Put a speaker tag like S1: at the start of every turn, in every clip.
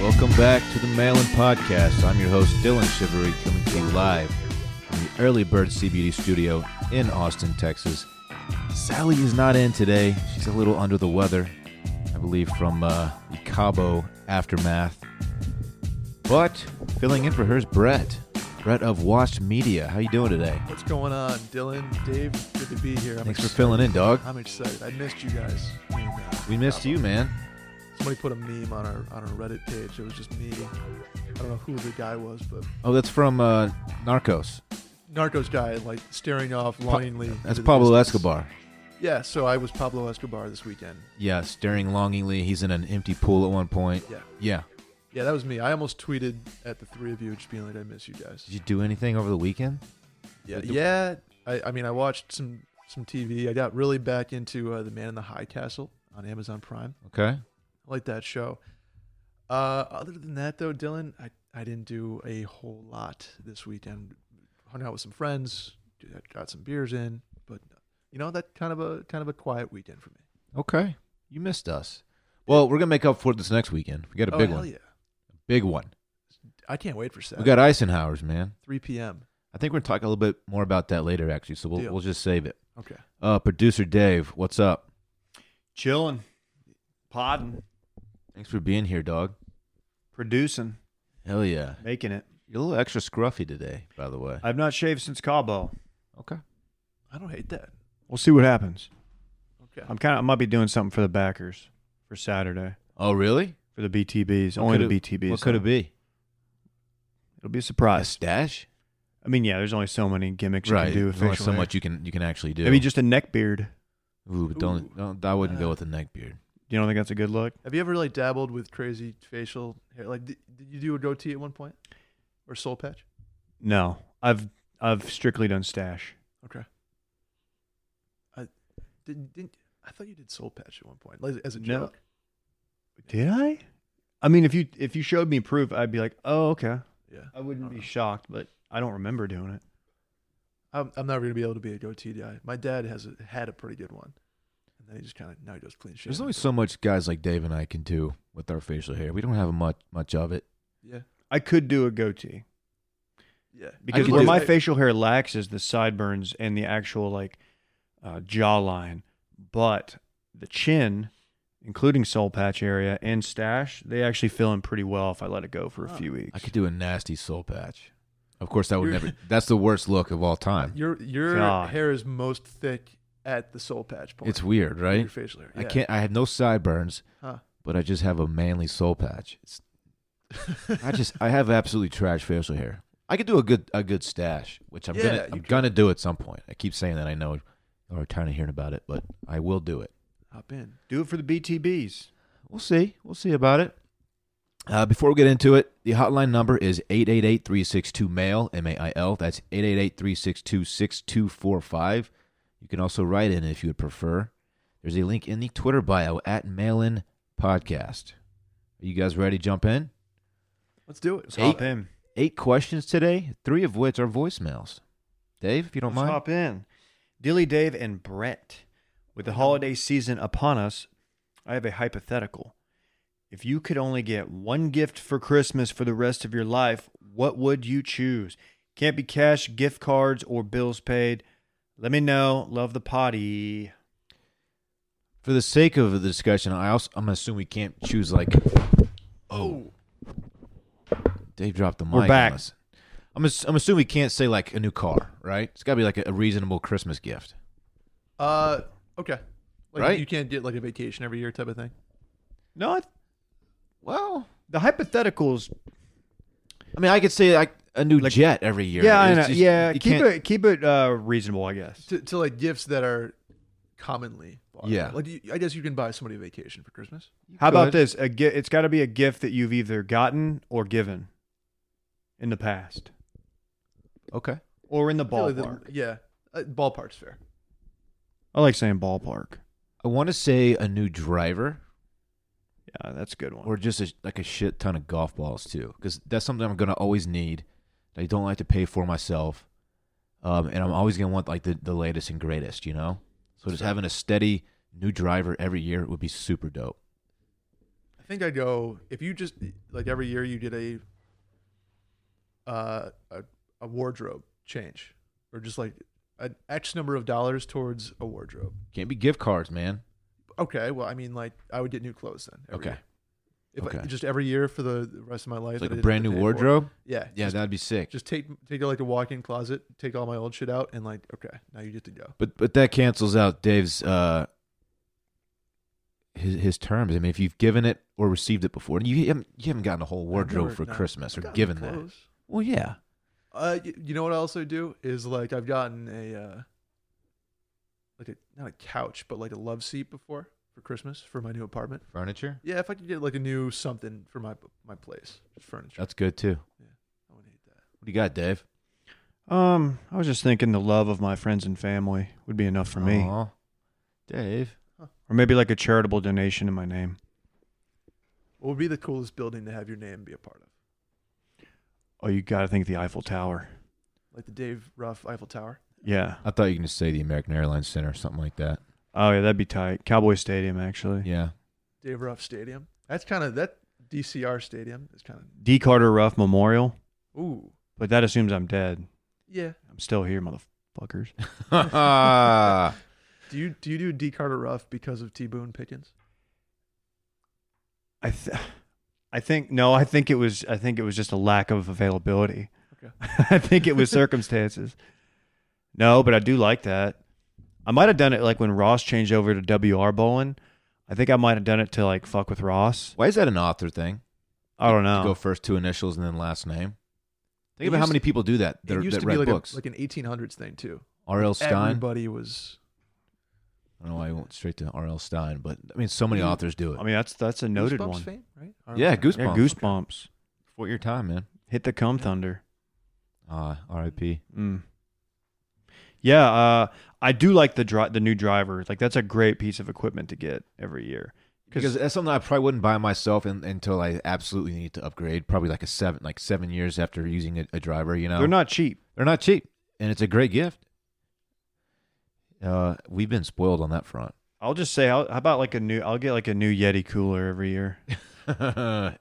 S1: Welcome back to the Mail In Podcast. I'm your host, Dylan Shivery, coming to you live from the Early Bird CBD studio in Austin, Texas. Sally is not in today. She's a little under the weather, I believe, from uh, the Cabo aftermath. But filling in for her is Brett. Brett of Watched Media. How you doing today?
S2: What's going on, Dylan? Dave, good to be here. I'm
S1: Thanks for
S2: ex-
S1: filling in, dog.
S2: I'm excited. I missed you guys. And, uh,
S1: We missed you, man.
S2: Somebody put a meme on our on our Reddit page. It was just me. I don't know who the guy was, but
S1: Oh, that's from uh, Narcos.
S2: Narcos guy like staring off longingly.
S1: That's
S2: into the
S1: Pablo
S2: distance.
S1: Escobar.
S2: Yeah, so I was Pablo Escobar this weekend.
S1: Yeah, staring longingly. He's in an empty pool at one point.
S2: Yeah,
S1: Yeah.
S2: yeah, that was me. I almost tweeted at the three of you, just being like, "I miss you guys."
S1: Did you do anything over the weekend?
S2: Yeah,
S1: Like the-
S2: yeah. I, I mean, I watched some some TV. I got really back into uh, the Man in the High Castle on Amazon Prime.
S1: Okay.
S2: I like that show. Uh, other than that, though, Dylan, I, I didn't do a whole lot this weekend. Hung out with some friends, did- got some beers in, but you know that kind of a kind of a quiet weekend for me.
S1: Okay. You missed us. Well, we're gonna make up for it this next weekend. We got a
S2: oh
S1: big
S2: hell
S1: one.
S2: yeah!
S1: Big one.
S2: I can't wait for Saturday.
S1: We got Eisenhower's, man.
S2: 3 p.m.
S1: I think we're gonna talk a little bit more about that later, actually. So we'll
S2: Deal.
S1: we'll just save it.
S2: Okay,
S1: Uh, producer Dave, what's up?
S3: chilling, podding,
S1: Thanks for being here, dog.
S3: producing,
S1: Hell yeah.
S3: making it.
S1: You're a little extra scruffy today, by the way.
S3: I've not shaved since Cabo.
S1: Okay.
S2: I don't hate that.
S3: We'll see what happens.
S2: Okay,
S3: I'm kind of I might be doing something for the backers for Saturday
S1: Oh, really?
S3: for the BTBs.
S1: What
S3: only
S1: could
S3: the
S1: it-
S3: BTBs.
S1: What could it
S3: though.
S1: be?
S3: It'll be a
S1: A
S3: surprise.
S1: stash?
S3: I mean, yeah, there's only so many gimmicks you
S1: right.
S3: can do.
S1: There's
S3: With
S1: only
S3: facial
S1: so
S3: hair.
S1: much you can you can actually do.
S3: Maybe just a neck beard.
S1: Ooh, but don't, don't I wouldn't
S2: Uh,
S1: go with a neck beard.
S3: You don't think that's a good look?
S2: have you ever like dabbled with crazy facial hair? Like, did, did you do a goatee at one point or soul patch?
S3: No, I've I've strictly done stash.
S2: Okay. I did. Didn't I thought you did soul patch at one point, like as a
S3: No.
S2: joke?
S3: Did I? I mean, if you if you showed me proof, I'd be like, oh okay.
S2: Yeah.
S3: I wouldn't
S2: Uh-uh.
S3: be shocked, but I don't remember doing it.
S2: I'm, I'm never gonna be able to be a goatee guy. My dad has a, had a pretty good one, and then he just kind of now he goes clean shit.
S1: There's only so much guys like Dave and I can do with our facial hair. We don't have much much of it.
S2: yeah,
S3: I could do a goatee.
S2: yeah.
S3: because
S1: could
S3: where
S1: do
S3: my
S1: it.
S3: facial hair lacks is the sideburns and the actual like uh, jawline, but the chin, including soul patch area and stash, they actually fill in pretty well if I let it go for a
S2: Huh.
S3: few weeks.
S1: I could do a nasty soul patch. Of course, that would
S2: You're-
S1: never. That's the worst look of all time.
S2: your your
S3: God.
S2: hair is most thick at the soul patch point.
S1: It's weird, right?
S2: Your facial hair.
S1: I
S2: yeah.
S1: can't. I have no sideburns,
S2: Huh.
S1: but I just have a manly soul patch. It's, I just. I have absolutely trash facial hair. I could do a good a good stash, which I'm
S2: Yeah,
S1: gonna
S2: you
S1: I'm
S2: could.
S1: gonna do at some point. I keep saying that. I know, or tired of hearing about it, but I will do it.
S2: Hop in.
S3: do it for the BTBs.
S1: We'll see. We'll see about it. Uh, before we get into it, the hotline number is 888 362 MAIL, M A I L. That's 888 362 6245. You can also write in if you would prefer. There's a link in the Twitter bio at Mailin Podcast. Are you guys ready to jump in?
S2: Let's do it.
S3: Let's hop in.
S1: Eight questions today, three of which are voicemails. Dave, if you don't
S3: Let's
S1: mind.
S3: hop in. Dilly Dave and Brett, with the holiday season upon us, I have a hypothetical. If you could only get one gift for Christmas for the rest of your life, what would you choose? Can't be cash, gift cards, or bills paid. Let me know. Love the potty.
S1: For the sake of the discussion, I also, I'm going to assume we can't choose like
S2: Oh,
S1: Dave dropped the mic.
S3: We're
S1: on
S3: back.
S1: us. I'm ass- I'm assuming we can't say like a new car, right? It's got to be like a, a reasonable Christmas gift.
S2: uh, okay. Like
S1: Right?
S2: you can't get like a vacation every year type of thing.
S3: No, I-
S1: Well,
S3: the hypotheticals.
S1: I mean, I could say like a new
S3: Like-
S1: jet every year.
S3: Yeah, I
S1: It's
S3: know.
S1: just-
S3: yeah,
S1: you
S3: keep
S1: can't-
S3: it keep it uh, reasonable, I guess.
S2: To, to like gifts that are commonly bought.
S1: Yeah.
S2: Like you, I guess you can buy somebody a vacation for Christmas.
S3: How about
S1: could.
S3: this? A gi- it's got to be a gift that you've either gotten or given in the past.
S1: Okay.
S3: or in the
S2: I feel like the-
S3: ballpark.
S2: yeah, uh, ballpark's fair.
S3: I like saying ballpark.
S1: I want to say a new driver
S3: Yeah, that's a good one.
S1: or just a, like a shit ton of golf balls too, because that's something I'm gonna always need. That I don't like to pay for myself, um, and I'm always gonna want like the, the latest and greatest, you know. So just having a steady new driver every year would be super dope.
S3: I
S2: I think I'd go if you just like every year you did a uh a, a wardrobe change or just like an X number of dollars towards a wardrobe.
S1: Can't be gift cards, man.
S2: Okay, well I mean like I would get new clothes then. every
S1: Okay.
S2: year. If I-
S1: Okay.
S2: just every year for the the rest of my life.
S1: It's like
S2: I
S1: a
S2: didn't
S1: brand
S2: have
S1: new
S2: to pay for it.
S1: wardrobe.
S2: Yeah.
S1: Yeah,
S2: Just,
S1: that'd be sick.
S2: just take take like a walk-in closet, take all my old shit out, and like okay, now you get to go.
S1: But but that cancels out Dave's uh his his terms. I mean, if you've given it or received it before, you haven't, you haven't gotten a whole wardrobe
S2: never-
S1: for
S2: no,
S1: Christmas
S2: I've
S1: or
S2: gotten
S1: given that.
S2: clothes.
S1: Well, yeah.
S2: Uh, y- you know what I also do is like I've gotten a uh, like a not a couch, but like a love seat before for Christmas for my new apartment.
S1: Furniture.
S2: Yeah, if I could get like a new something for my my place, just furniture.
S1: That's good too. What
S2: I would hate that.
S1: do you got, Dave?
S3: Um, I was just thinking the love of my friends and family would be enough for me,
S1: Aw. Dave.
S3: or maybe like a charitable donation in my name.
S2: What would be the coolest building to have your name be a part of?
S3: Oh, you gotta think the Eiffel Tower.
S2: Like the Dave Ruff Eiffel Tower.
S3: Yeah.
S1: I thought you were gonna say the American Airlines Center or something like that.
S3: Oh yeah, that'd be tight. Cowboy Stadium, actually.
S1: Yeah.
S2: Dave Ruff Stadium. That's kind of that DCR Stadium is kind
S3: D. Carter Ruff Memorial,
S2: of ooh
S3: but that assumes I'm dead.
S2: yeah.
S3: I'm still here, motherfuckers.
S1: I
S2: Do you do you do D Carter Ruff because of T Boone Pickens?
S3: I, th- I think no, I think it was. I think it was just a lack of availability.
S2: Okay.
S3: I think it was circumstances. No, but I do like that. I might have done it like when Ross changed over to WR Bowling. I think I might have done it to like fuck with Ross.
S1: Why is that an author thing?
S3: I don't
S1: To
S3: know.
S1: go first two initials and then last name. Think
S2: Oh. It
S1: about how
S2: used
S1: many people do that. That,
S2: it used
S1: that
S2: to
S1: read
S2: be like
S1: books.
S2: a, like an 1800s thing too.
S1: R.L. Stein.
S2: Everybody was
S1: I don't know why I went straight to R.L. Stein, but Mm-hmm. I mean, so many
S2: You-
S1: authors do it.
S3: I mean, that's that's a noted
S2: Goosebumps
S3: one.
S2: Fame, right? uh,
S1: Yeah,
S2: Or-
S1: Goosebumps.
S3: Yeah, goosebumps.
S1: For your time, man.
S3: Hit the cum thunder.
S1: Ah, R.I.P.
S3: Mm. Yeah, uh, I do like the dri- the new driver. Like that's a great piece of equipment to get every year.
S1: Because that's something I probably wouldn't buy myself in, until I absolutely need to upgrade. Probably like a seven, like seven years after using a, a driver. You know,
S3: they're not cheap.
S1: they're not cheap, and it's a great gift. Uh, we've been spoiled on that front.
S3: I'll just say, I'll, how about like a new? I'll get like a new Yeti cooler every year,
S1: the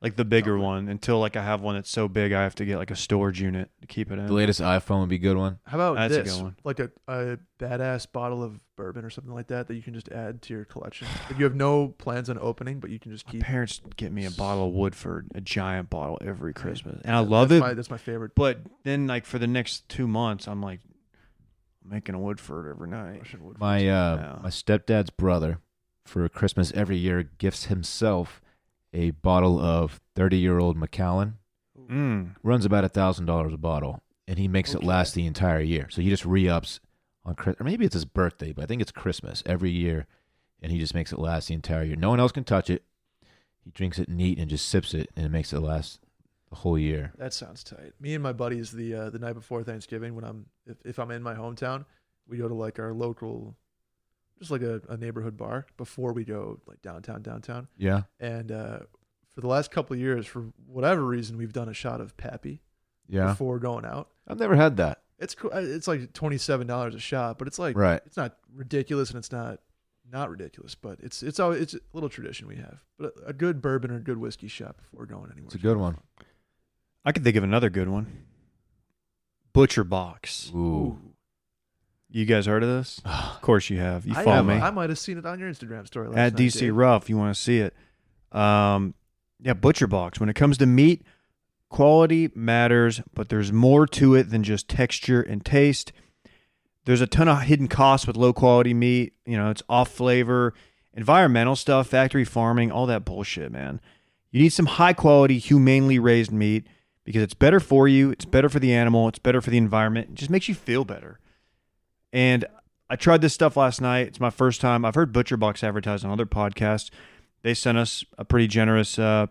S3: like the bigger one, until like I have one that's so big I have to get like a storage unit to keep it in.
S1: latest iPhone would be a good one.
S2: How about
S3: That's a
S2: this?
S3: good one.
S2: Like a, a badass bottle of bourbon or something like that that you can just add to your collection. Like you have no plans on opening, but you can just
S3: My
S2: keep.
S3: parents get me a bottle of Woodford, a giant bottle every Christmas, and I
S2: That-
S3: love
S2: that's
S3: it.
S2: My, that's my favorite.
S3: But then, like for the next two months, I'm like I'm making a Woodford every night.
S2: Russian wood.
S1: My uh,
S3: Yeah.
S1: my stepdad's brother for Christmas every year gifts himself a bottle of thirty year old Macallan.
S3: Mm.
S1: runs about a thousand dollars a bottle, and he makes it
S2: Okay.
S1: last the entire year. So he just re ups on Chris, or maybe it's his birthday, but I think it's Christmas every year, and he just makes it last the entire year. No one else can touch it. He drinks it neat and just sips it, and it makes it last the whole
S3: uh,
S1: year.
S2: That sounds tight. Me and my buddies the uh, the night before Thanksgiving, when I'm if, if I'm in my hometown, we go to like our local, just like a, a neighborhood bar before we go like downtown downtown.
S1: Yeah,
S2: And uh, for the last couple of years, for whatever reason, we've done a shot of Pappy
S1: yeah.
S2: before going out.
S1: I've never had that.
S2: It's cool. uh, It's like twenty seven dollars a shot, but it's like
S1: Right.
S2: it's not ridiculous and it's not not ridiculous, but it's it's always it's a little tradition we have. But a, a good bourbon or a good whiskey shot before going anywhere.
S1: It's a good one.
S3: I could think of another good one. Butcher Box.
S1: Ooh.
S3: You guys heard of this? Of course you have. You
S2: I,
S3: follow
S2: I,
S3: me
S2: I might have seen it on your Instagram story last
S3: at
S2: night,
S3: DC
S2: Dave.
S3: Rough. You want to see it? Um, yeah, Butcher Box. When it comes to meat, quality matters, but there's more to it than just texture and taste. There's a ton of hidden costs with low quality meat. You know, it's off flavor, environmental stuff, factory farming, all that bullshit, man. You need some high quality, humanely raised meat because it's better for you, it's better for the animal, it's better for the environment. It just makes you feel better. And I tried this stuff last night. It's my first time. I've heard Butcher Box advertised on other podcasts. They sent us a pretty generous uh,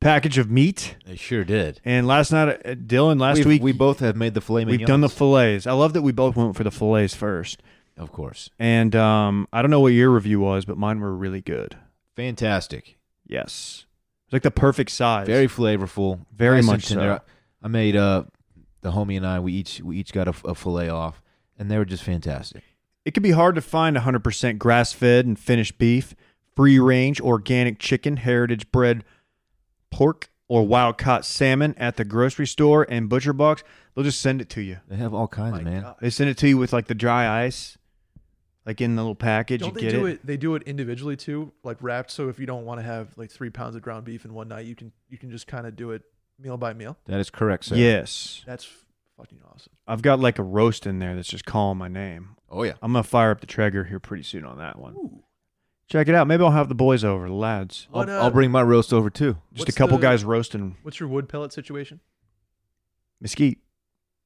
S3: package of meat.
S1: They sure did.
S3: And last night, uh, Dylan, last
S1: We've-
S3: week,
S1: we both have made the filet
S3: we've done the
S1: mignons.
S3: fillets. I love that we both went for the fillets first.
S1: of course,
S3: And um, I don't know what your review was, but mine were really good.
S1: fantastic,
S3: Yes. It's like the perfect size.
S1: very flavorful,
S3: Very
S1: and
S3: much so.
S1: tender. I made uh, the homie and I. We each we each got a, a fillet off, and they were just fantastic.
S3: It can be hard to find 100% grass fed and finished beef, free range organic chicken, heritage bred pork, or wild caught salmon at the grocery store and butcher box, they'll just send it to you.
S1: They have all kinds,
S2: My
S1: man.
S2: God.
S3: They send it to you with like the dry ice, like in the little package.
S2: Don't
S3: you
S2: they
S3: get
S2: do
S3: it.
S2: it? They do it individually too, like wrapped. So if you don't want to have like three pounds of ground beef in one night, you can you can just kind of do it meal by meal.
S1: That is correct, sir.
S3: Yes.
S2: That's fucking awesome.
S3: I've got like a roast in there that's just calling my name.
S1: Oh yeah.
S3: I'm going to fire up the Traeger here pretty soon on that one. Check it out. Maybe I'll have the boys over, the lads.
S1: I'll,
S2: What, uh,
S1: I'll bring my roast over too.
S3: Just
S2: What's
S3: a couple
S2: the-
S3: guys roasting
S2: What's your wood pellet situation?
S3: mesquite.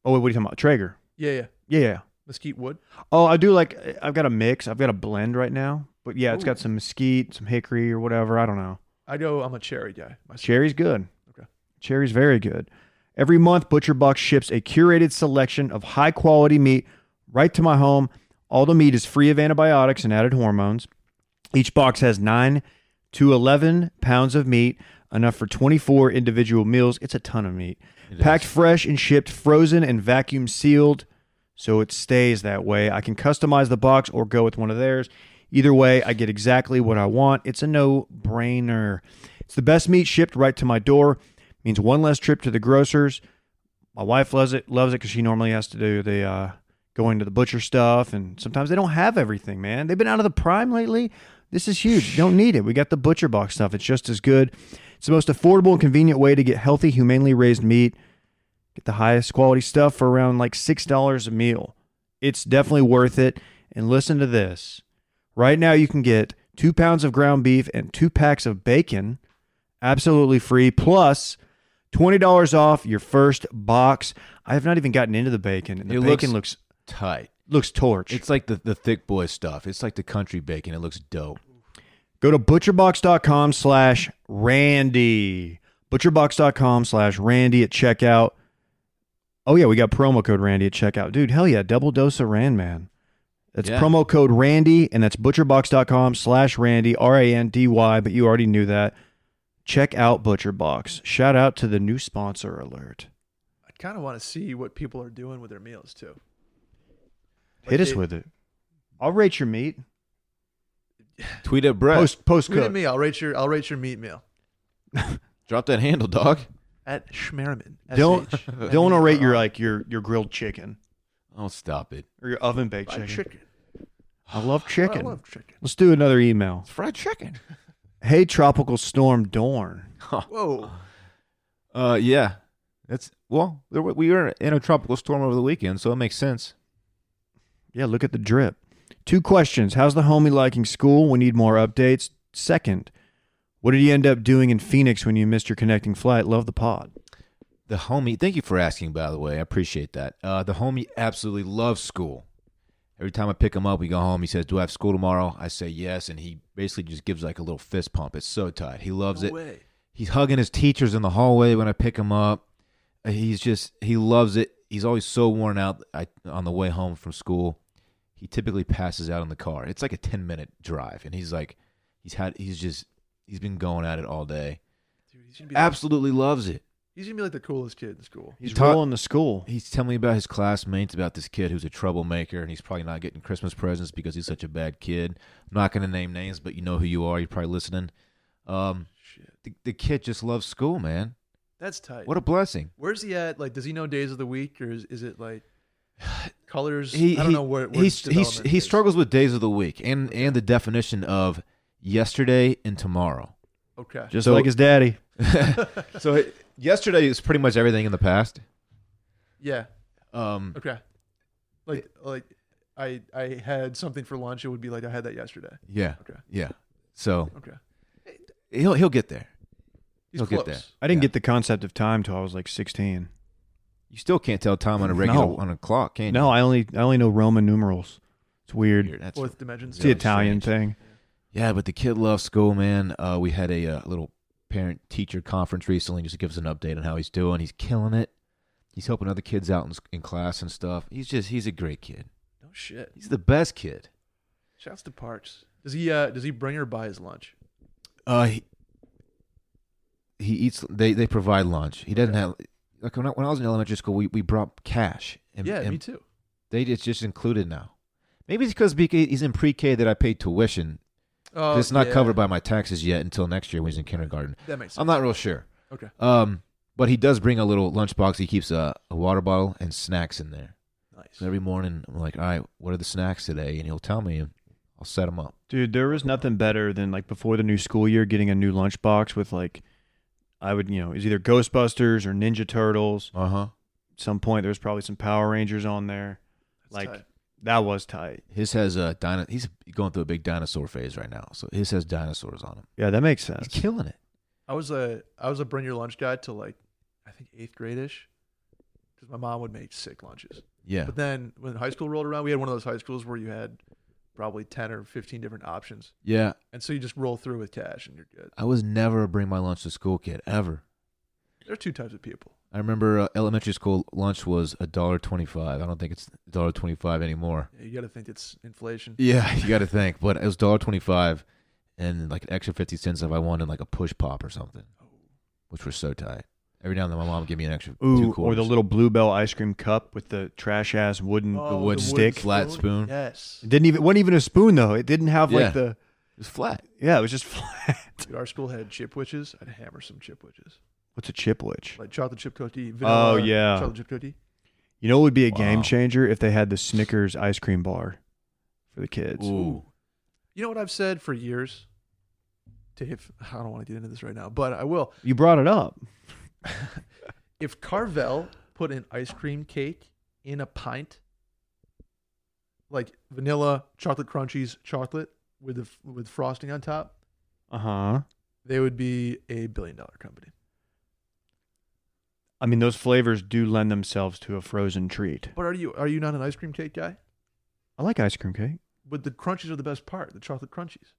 S3: Oh, wait, what are you talking about? Traeger.
S2: Yeah, yeah.
S3: Yeah, yeah.
S2: Mesquite wood.
S3: Oh, I do like, I've got a mix. I've got a blend right now. But yeah, it's
S2: Ooh.
S3: got some mesquite, some hickory or whatever. I don't know.
S2: I know I'm a cherry guy. myself.
S3: Cherry's good.
S2: Okay.
S3: Cherry's very good. Every month, Butcher Box ships a curated selection of high quality meat right to my home. All the meat is free of antibiotics and added hormones. Each box has nine to 11 pounds of meat, enough for 24 individual meals. It's a ton of meat.
S1: It
S3: Packed
S1: is.
S3: fresh and shipped frozen and vacuum sealed so it stays that way. I can customize the box or go with one of theirs. Either way, I get exactly what I want. It's a no brainer. It's the best meat shipped right to my door. Means one less trip to the grocer's. My wife loves it, loves it because she normally has to do the uh, going to the butcher stuff, and sometimes they don't have everything. Man, they've been out of the prime lately. This is huge. You don't need it. We got the butcher box stuff. It's just as good. It's the most affordable and convenient way to get healthy, humanely raised meat. Get the highest quality stuff for around like $6 a meal. It's definitely worth it. And listen to this right now, you can get two pounds of ground beef and two packs of bacon absolutely free, plus $20 off your first box. I have not even gotten into the bacon. and The
S1: It looks-
S3: bacon looks,
S1: Tight.
S3: looks torch.
S1: It's like the, the thick boy stuff. It's like the country bacon. It looks dope.
S3: Go to butcherbox.com slash Randy. Butcherbox.com slash Randy at checkout. Oh, yeah, we got promo code Randy at checkout. Dude, hell yeah, double dose of Rand, man. That's
S1: Yeah.
S3: promo code Randy, and that's butcherbox.com slash Randy, R A N D Y, but you already knew that. Check out ButcherBox. Shout out to the new sponsor alert.
S2: I kind of want to see what people are doing with their meals too.
S3: Hit us
S2: they-
S3: with it. I'll rate your meat.
S1: Tweet at Brett.
S3: Post post
S2: Tweet at
S3: cook.
S2: me. I'll rate your I'll rate your meat meal
S1: Drop that handle, dog.
S2: at Schmerman.
S3: Don't
S2: SH.
S3: don't rate your like your your grilled chicken
S1: Oh, stop it.
S3: or your oven baked
S2: Fried
S3: chicken.
S2: chicken.
S3: I love chicken.
S2: I love chicken.
S3: Let's do another email.
S1: It's fried chicken.
S3: Hey, Tropical Storm Dorn.
S2: Whoa.
S1: Uh, yeah. That's well. There, were- we were in a tropical storm over the weekend, so it makes sense.
S3: Yeah, look at the drip. Two questions. How's the homie liking school? We need more updates. Second, what did you end up doing in Phoenix when you missed your connecting flight? Love the pod.
S1: The homie, thank you for asking, by the way. I appreciate that. Uh, the homie absolutely loves school. Every time I pick him up, we go home. He says, Do I have school tomorrow? I say yes. And he basically just gives like a little fist pump. It's so tight. He loves
S2: No
S1: it.
S2: way.
S1: He's hugging his teachers in the hallway when I pick him up. Uh, He's just, he loves it. He's always so worn out I, on the way home from school. He typically passes out in the car. It's like a 10 minute drive. And he's like, he's had, he's just, he's been going at it all day.
S2: Dude, he's gonna be like,
S1: Absolutely loves it.
S2: he's gonna be like the coolest kid in school.
S3: He's
S1: You taught-
S3: ruling the school.
S1: He's telling me about his classmates, about this kid who's a troublemaker, and he's probably not getting Christmas presents because he's such a bad kid. I'm not going to name names, but you know who you are. You're probably listening. Um,
S2: Shit.
S1: the, the kid just loves school, man.
S2: That's tight.
S1: What a blessing.
S2: Where's he at? Like, does he know days of the week, or is, is it like colors?
S1: He,
S2: I don't
S1: he,
S2: know where, where
S1: he's,
S2: his
S1: he's,
S2: development
S1: he
S2: is.
S1: struggles with days of the week and, and the definition of yesterday and tomorrow.
S2: Okay,
S3: Just
S1: So-
S3: like his daddy.
S1: so it- yesterday is pretty much everything in the past.
S2: yeah,
S1: Um,
S2: okay. Like, like I I had something for lunch. It would be like I had that yesterday.
S1: yeah,
S2: Okay,
S1: yeah. So
S2: okay.
S1: he'll, he'll get there.
S2: He's
S1: He'll
S2: close.
S1: get there.
S3: I didn't
S1: Yeah.
S3: get the concept of time till I was like 16.
S1: You still can't tell time on a regular
S3: No.
S1: on a clock, can you?
S3: No, I only I only know Roman numerals. It's weird.
S1: Weird. That's
S2: Fourth dimensions.
S3: It's the
S1: really
S3: Italian thing.
S1: Yeah, but the kid loves school, man. Uh, we had a uh, little parent teacher conference recently just to give us an update on how he's doing. He's killing it. He's helping other kids out in, s- in class and stuff. He's just, he's a great kid.
S2: No shit.
S1: He's the best kid.
S2: Shouts to Parks. Does he uh does he bring or buy his lunch?
S1: Uh, he, he eats, they, they provide lunch. He doesn't have, like when I, when I was in elementary school, we, we brought cash. And,
S2: yeah,
S1: and
S2: me too.
S1: They, it's just included now. Maybe it's because he's in pre K that I paid tuition
S2: Oh,
S1: 'Cause it's not
S2: yeah.
S1: covered by my taxes yet until next year when he's in kindergarten.
S2: That makes sense.
S1: I'm not real sure.
S2: okay.
S1: Um, but he does bring a little lunchbox. He keeps a, a water bottle and snacks in there. So
S2: Nice.
S1: every morning, I'm like, all right, what are the snacks today? And he'll tell me, and I'll set them up.
S3: Dude, there was nothing better than like before the new school year getting a new lunchbox with like I would, you know, it was either Ghostbusters or Ninja Turtles.
S1: Uh huh.
S3: At some point there was probably some Power Rangers on there.
S2: That's
S3: like-
S2: tight.
S3: That was tight.
S1: His has a dino. He's going through a big dinosaur phase right now, so his has dinosaurs on him.
S3: Yeah, that makes
S1: He's
S3: sense.
S1: killing it.
S2: I was a I was a bring your lunch guy to like I think eighth grade ish, because my mom would make sick lunches.
S1: Yeah.
S2: But then when high school rolled around, we had one of those high schools where you had probably ten or fifteen different options,
S1: Yeah.
S2: and so you just roll through with cash and you're good.
S1: I was never a bring my lunch to school kid ever.
S2: There are two types of people.
S1: I remember uh, elementary school lunch was a dollar twenty-five. I don't think it's a dollar twenty-five anymore.
S2: You got to think it's inflation.
S1: Yeah, you got to think, but it was dollar twenty-five, and like an extra fifty cents if I wanted like a push pop or something, which were so tight. Every now and then, my mom would give me an extra two
S3: Ooh,
S1: quarters
S3: or the little bluebell ice cream cup with the trash ass wooden
S2: Oh,
S1: the wood stick, flat spoon.
S2: Yes.
S3: It didn't even wasn't even a spoon though. It didn't have
S1: Yeah.
S3: like the
S1: It was flat.
S3: yeah. It was just flat.
S2: Dude, our school had chip witches. I'd hammer some chip witches,
S3: What's a chip witch?
S2: like chocolate chip cookie. Vanilla,
S3: Oh, yeah.
S2: chocolate chip cookie.
S3: You know, it would be a
S1: Wow.
S3: game changer if they had the Snickers ice cream bar for the kids.
S1: Ooh.
S2: You know what I've said for years, Dave. I don't want to get into this right now, but I will.
S3: You brought it up.
S2: If Carvel put an ice cream cake in a pint, like vanilla, chocolate crunchies, chocolate with the f- with frosting on top,
S3: Uh
S1: Uh-huh.
S3: huh.
S2: they would be a billion dollar company.
S3: I mean, those flavors do lend themselves to a frozen treat.
S2: But are you are you not an ice cream cake guy?
S3: I like ice cream cake.
S2: But the crunchies are the best part. The chocolate crunchies.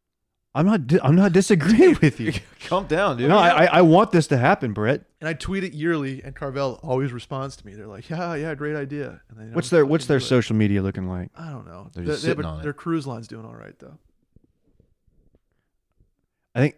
S3: I'm not. Di- I'm not disagreeing with you.
S1: Calm down, dude.
S3: No, I, I I want this to happen, Brett.
S2: And I tweet it yearly, and Carvel always responds to me. They're like, "Yeah, yeah, great idea." And they
S3: What's
S2: don't
S3: their What's
S2: fucking
S3: their
S2: do it.
S3: social media looking like?
S2: I don't know.
S1: They're
S2: They-
S1: just
S2: they have
S1: sitting
S2: a-
S1: on it.
S2: Their cruise line's doing all right though.
S3: I think.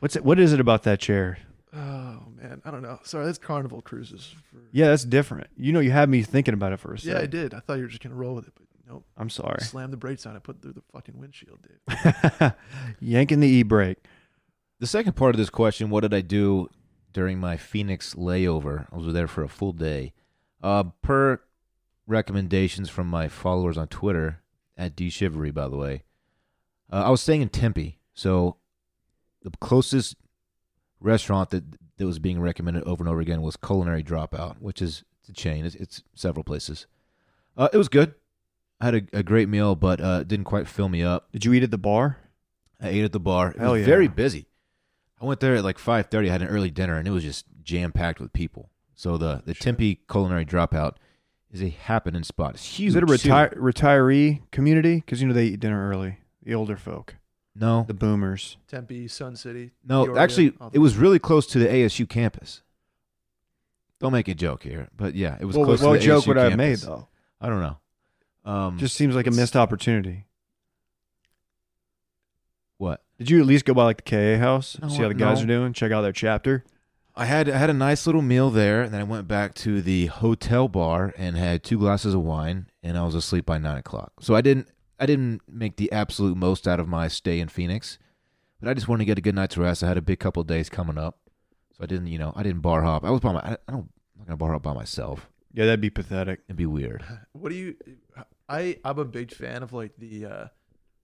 S3: What's it? What is it about that chair?
S2: Oh man, I don't know. Sorry, that's Carnival Cruises. For...
S3: Yeah, that's different. You know, you had me thinking about it for a
S2: Yeah, I
S3: second.
S2: did. I thought you were just gonna roll with it, but nope.
S3: I'm sorry.
S2: Slam the brakes on it. Put it through the fucking windshield, dude.
S3: Yanking the e brake.
S1: The second part of this question, what did I do during my Phoenix layover? I was there for a full day. Uh, per recommendations from my followers on Twitter, at D Shivery, by the way, uh, I was staying in Tempe. So the closest restaurant that, that was being recommended over and over again was Culinary Dropout, which is it's a chain, it's, it's several places. Uh, it was good. I had a, a great meal, but uh, it didn't quite fill me up.
S3: Did you eat at the bar?
S1: I ate at the bar. It
S3: Hell
S1: was
S3: yeah.
S1: very busy. I went there at like five thirty. I had an early dinner, and it was just jam packed with people. So the the Tempe Culinary Dropout is a happening spot. It's huge.
S3: Is it a
S1: too.
S3: retire retiree community? Because you know they eat dinner early. The older folk,
S1: No,
S3: the boomers.
S2: Tempe, Sun City.
S1: no.
S2: Peoria,
S1: actually,
S2: all
S1: it
S2: the-
S1: was really close to the ASU campus. Don't make a joke here, but yeah, it was
S3: What,
S1: close.
S3: what
S1: to the
S3: joke
S1: ASU
S3: would I have made
S1: campus.
S3: though?
S1: I don't know. Um,
S3: Just seems like a missed opportunity.
S1: what
S3: Did you at least go by like the KA house,
S1: No,
S3: see how the guys
S1: no.
S3: are doing, check out their chapter?
S1: I had, I had a nice little meal there, and then I went back to the hotel bar and had two glasses of wine, and I was asleep by nine o'clock. So I didn't, I didn't make the absolute most out of my stay in Phoenix, but I just wanted to get a good night's rest. I had a big couple of days coming up, so I didn't, you know, I didn't bar hop. I was by my, I I don't, I'm not gonna bar hop by myself.
S3: Yeah, that'd be pathetic.
S1: It'd be weird.
S2: What do you? I I'm a big fan of like the uh,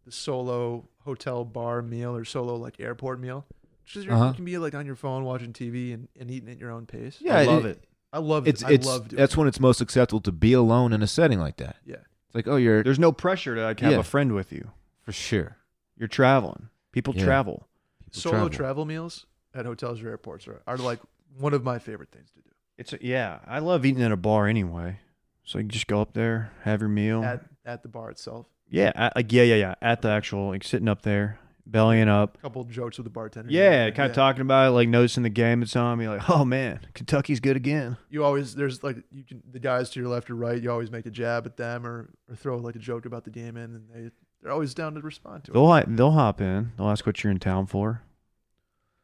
S2: the solo hotel bar meal or solo like airport meal. Just you
S1: Uh-huh.
S2: you can be like on your phone watching TV and, and eating at your own pace.
S1: Yeah,
S3: I love it.
S2: I love it.
S1: It's,
S2: I
S1: it's,
S2: love doing
S1: that's when it's most acceptable to be alone in a setting like that.
S2: Yeah.
S1: It's like, oh, you're
S3: There's no pressure to like, have
S1: Yeah.
S3: a friend with you.
S1: for sure.
S3: You're traveling. People
S1: Yeah.
S3: travel.
S2: solo
S1: travel.
S2: travel. meals at hotels or airports are, are like one of my favorite things to do.
S3: It's yeah. I love eating at a bar anyway. So you can just go up there, have your meal.
S2: At at the bar itself,
S3: yeah, at, like yeah, yeah, yeah. At the actual like sitting up there, bellying up.
S2: a couple jokes with the bartender.
S3: Yeah, kind of talking about it, like noticing the game it's on. Be like, oh man, Kentucky's good again.
S2: You always there's like you can the guys to your left or right. You always make a jab at them or or throw like a joke about the game in, and they they're always down to respond to it.
S3: They'll hi- they'll hop in. They'll ask what you're in town for.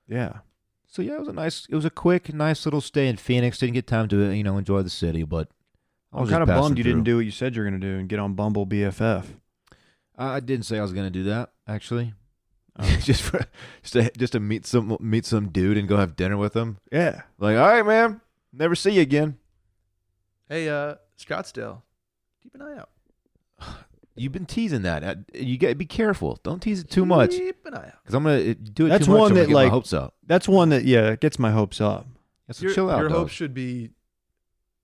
S3: Yeah,
S1: So yeah, it was a nice, it was a quick, nice little stay in Phoenix. Didn't get time to uh, you know enjoy the city, but I
S3: I'm
S1: was
S3: kind of
S1: just passing
S3: bummed you didn't
S1: through.
S3: do what you said you're gonna do and get on Bumble BFF.
S1: I I didn't say I was gonna do that actually. Um, just for just to, just to meet some meet some dude and go have dinner with him.
S3: Yeah.
S1: Like, all right, man, never see you again.
S2: Hey, uh, Scottsdale, keep an eye out.
S1: You've been teasing that. Uh, You got to be careful. Don't tease it too much
S2: Keep an eye out.
S1: because I'm gonna uh, do it.
S3: That's
S1: too much,
S3: one
S1: I'm gonna
S3: that,
S1: get my
S3: like-
S1: hopes up.
S3: That's one that yeah it gets my hopes up.
S1: Yeah, so
S2: Your,
S1: chill out.
S2: your
S1: dog.
S2: hopes should be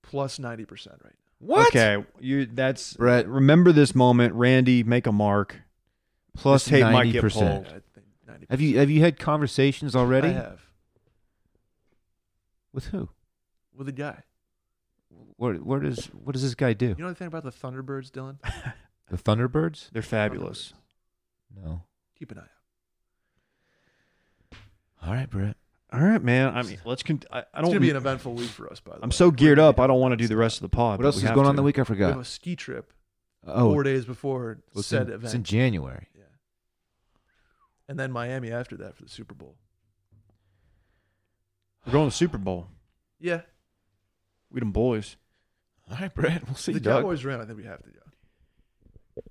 S2: plus ninety percent right now.
S1: What?
S3: Okay, you that's
S1: Brett,
S3: remember this moment, Randy. Make a mark.
S1: plus
S3: This tape might
S1: ninety
S3: get
S1: percent.
S3: pulled.
S2: I think ninety.
S1: Have you have you had conversations already
S2: I have
S1: with who?
S2: with a guy.
S1: Where where does what does this guy do?
S2: You know the thing about the Thunderbirds, Dylan?
S1: The Thunderbirds?
S3: They're fabulous.
S1: No.
S2: Keep an eye out.
S1: All right, Brett.
S3: All right, man. I mean, let's. Con- I, I
S2: It's
S3: don't.
S2: gonna be an eventful week for us, by the way.
S3: I'm so
S2: We're
S3: geared
S2: gonna
S3: up.
S2: be
S3: I don't
S2: doing
S3: want to do the rest of the
S1: What
S3: pod. but
S1: else is
S3: we have
S1: going on
S3: to.
S1: the week? I
S2: We have
S1: forgot.
S2: a ski trip
S1: Oh,
S2: four days before
S1: well, it's,
S2: said
S1: in, it's in
S2: event,
S1: January.
S2: and then Miami after that for the Super Bowl.
S3: We're going to the Super Bowl.
S2: Yeah,
S3: We them boys.
S1: All right, Brett. We'll see,
S2: the
S1: Doug.
S2: Cowboys ran. I think we have to go.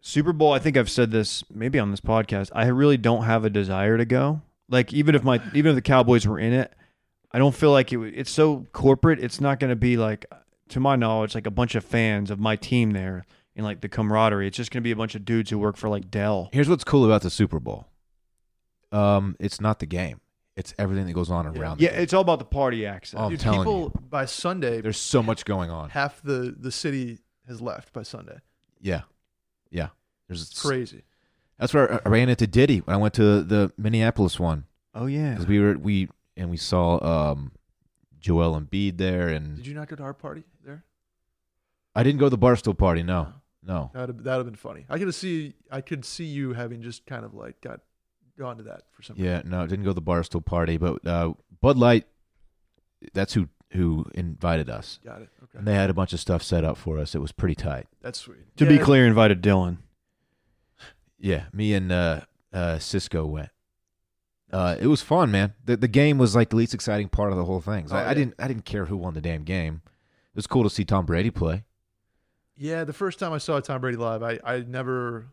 S3: Super Bowl. I think I've said this maybe on this podcast. I really don't have a desire to go. Like even if my even if the Cowboys were in it, I don't feel like it. would- It's so corporate. It's not going to be like, to my knowledge, like a bunch of fans of my team there and like the camaraderie. It's just going to be a bunch of dudes who work for like Dell.
S1: Here's what's cool about the Super Bowl. Um, it's not the game. It's everything that goes on around.
S3: Yeah,
S1: the game.
S3: it's all about the party access.
S1: Oh, I'm
S2: Dude,
S1: telling
S2: people by Sunday,
S1: there's so much going on.
S2: half the the city has left by Sunday.
S1: Yeah, yeah. There's
S2: It's crazy.
S1: Mm. That's where I- I ran into Diddy when I went to the Minneapolis one
S3: Oh yeah.
S1: because we were we and we saw um, Joel Embiid there, and
S2: Did you not go to our party there?
S1: I didn't go to the Barstool party. No, no.
S2: That'd that'd have been funny. I could see I could see you having just kind of like got gone to that for some reason.
S1: Yeah, no, it didn't go to the Barstool party, but uh, Bud Light. That's who who invited us,
S2: Got it. Okay,
S1: and they had a bunch of stuff set up for us. It was pretty tight.
S2: that's sweet.
S3: To
S2: Yeah,
S3: be clear, invited Dylan.
S1: Yeah, me and uh, uh, Cisco went. Uh, it was fun, man. The the game was like the least exciting part of the whole thing. So
S2: Oh,
S1: I, I
S2: yeah.
S1: didn't I didn't care who won the damn game. It was cool to see Tom Brady play.
S2: Yeah, the first time I saw Tom Brady live, I I never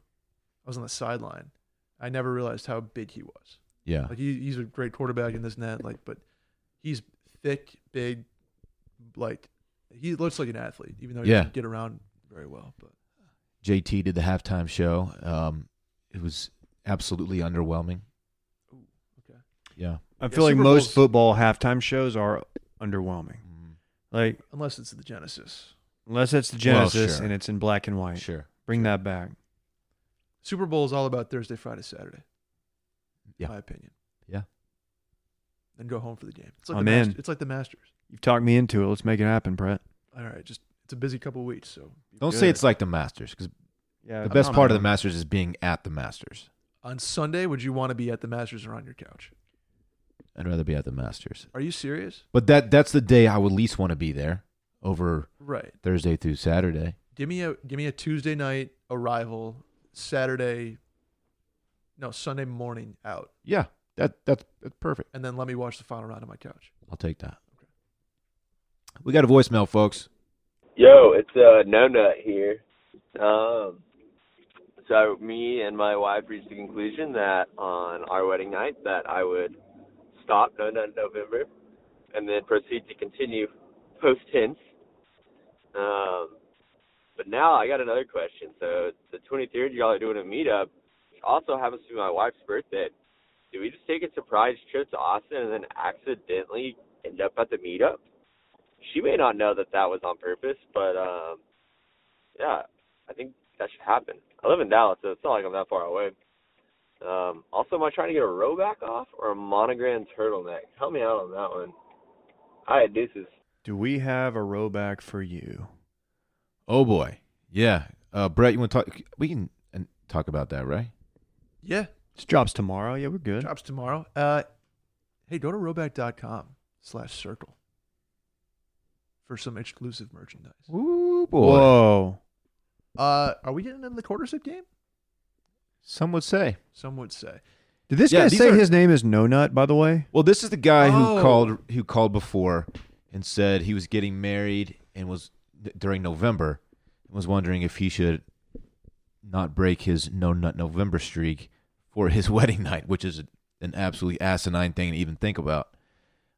S2: I was on the sideline. I never realized how big he was.
S1: Yeah,
S2: Like he, he's a great quarterback in this and that. Like, but he's thick, big, like he looks like an athlete, even though he
S1: Yeah.
S2: doesn't get around very well. But
S1: JT did the halftime show. Um, it was absolutely underwhelming.
S2: okay.
S1: Yeah,
S3: I
S2: Yeah,
S3: feel like
S2: Super
S3: most
S2: Bowls-
S3: football halftime shows are underwhelming.
S1: Mm,
S3: Like
S2: unless it's the Genesis
S3: unless it's the
S1: Well,
S3: Genesis
S1: sure.
S3: and it's in black and white.
S1: sure.
S3: Bring that back.
S2: Super Bowl is all about Thursday, Friday, Saturday.
S1: Yeah.
S2: in my opinion.
S1: Yeah.
S2: Then go home for the game. It's like
S3: I'm
S2: the Mast-
S3: in.
S2: It's like the Masters.
S3: You've talked me into it. Let's make it happen, Brett.
S2: All right, just it's a busy couple of weeks, so be
S1: Don't
S2: good.
S1: say it's like the Masters because
S3: Yeah.
S1: the best part of the Masters is being at the Masters.
S2: on Sunday. Would you want to be at the Masters or on your couch?
S1: I'd rather be at the Masters.
S2: Are you serious?
S1: But that that's the day I would least want to be there over
S2: Right.
S1: Thursday through Saturday.
S2: Give me a give me a Tuesday night arrival, Saturday, no Sunday morning out,
S1: Yeah, that that's, that's perfect.
S2: and then let me watch the final round on my couch.
S1: I'll take that. We got a voicemail, folks.
S4: Yo, it's uh, No Nut here. Um, so me and my wife reached the conclusion that on our wedding night that I would stop No Nut November, and then proceed to continue post tense. Um, but now I got another question. So the 23rd, y'all are doing a meetup, which also happens to be my wife's birthday. Do we just take a surprise trip to Austin and then accidentally end up at the meetup? she may not know that that was on purpose, but um, yeah, I think that should happen. I live in Dallas, so it's not like I'm that far away. Um, also, am I trying to get a row back off or a monogram turtleneck? Help me out on that one. All right, deuces.
S3: Do we have a row back for you?
S1: Oh boy, yeah. Uh, Brett, you want to talk? We can uh, talk about that, right?
S2: Yeah,
S3: This drops tomorrow. Yeah, we're good.
S2: drops tomorrow. Uh, hey, go to roback.com slash circle for some exclusive merchandise.
S1: Ooh boy.
S3: Whoa.
S2: Uh, are we getting into the quarter zip game?
S1: Some would say.
S2: Some would say.
S3: Did this
S1: Yeah,
S3: guy
S1: these
S3: say
S1: are-
S3: his name is No Nut, by the way?
S1: Well, this is the guy who
S2: Oh.
S1: called who called before and said he was getting married and was during November and was wondering if he should not break his no nut November streak for his wedding night, which is an absolutely asinine thing to even think about.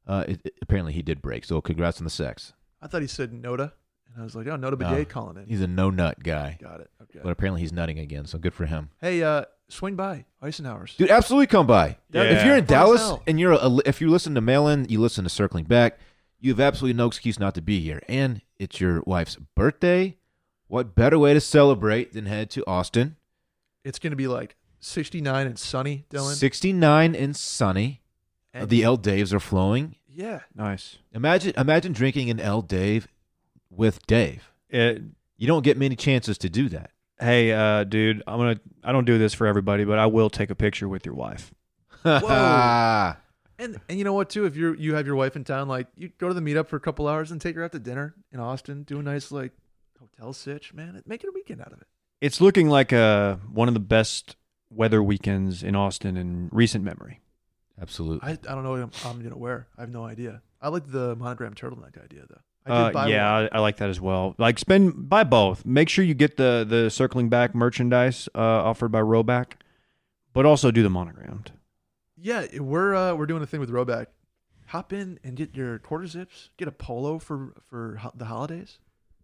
S1: Uh, it, it- apparently, he did break. So, congrats on the sex.
S2: I thought he said Noda, and I was like, oh,
S1: No.
S2: Noda Begay calling in.
S1: Ah, He's a no nut guy,
S2: Got it. Okay.
S1: but apparently he's nutting again. So, good for him.
S2: Hey, uh, swing by Eisenhower's.
S1: Dude, absolutely come by.
S3: Yeah.
S1: If you're in
S2: Fun as
S1: Dallas
S2: hell.
S1: and you're a, if you listen to mail in, you listen to circling back, you have absolutely no excuse not to be here. And it's your wife's birthday. What better way to celebrate than head to Austin?
S2: It's gonna be like 69 and sunny, Dylan.
S1: 69 and sunny.
S2: And-
S1: the L Daves are flowing.
S2: yeah,
S3: Nice.
S1: Imagine imagine drinking an L Dave with Dave.
S3: It,
S1: You don't get many chances to do that.
S3: hey, uh, dude, I'm gonna. I don't do this for everybody, but I will take a picture with your wife.
S2: Whoa. and and you know what too? If you are you have your wife in town, like you go to the meetup for a couple hours and take her out to dinner in Austin, do a nice like hotel sitch, man. Make it a weekend out of it.
S3: It's looking like uh, one of the best weather weekends in Austin in recent memory.
S1: Absolutely.
S2: I, I don't know what I'm, I'm gonna wear. I have no idea. I like the monogram turtleneck idea though. I
S3: Uh, yeah, I, I like that as well. Like, spend buy both. Make sure you get the the circling back merchandise uh, offered by Roback, but also do the monogrammed.
S2: Yeah, it- we're uh, we're doing a thing with Roback. Hop in and get your quarter zips. Get a polo for for ho- the holidays.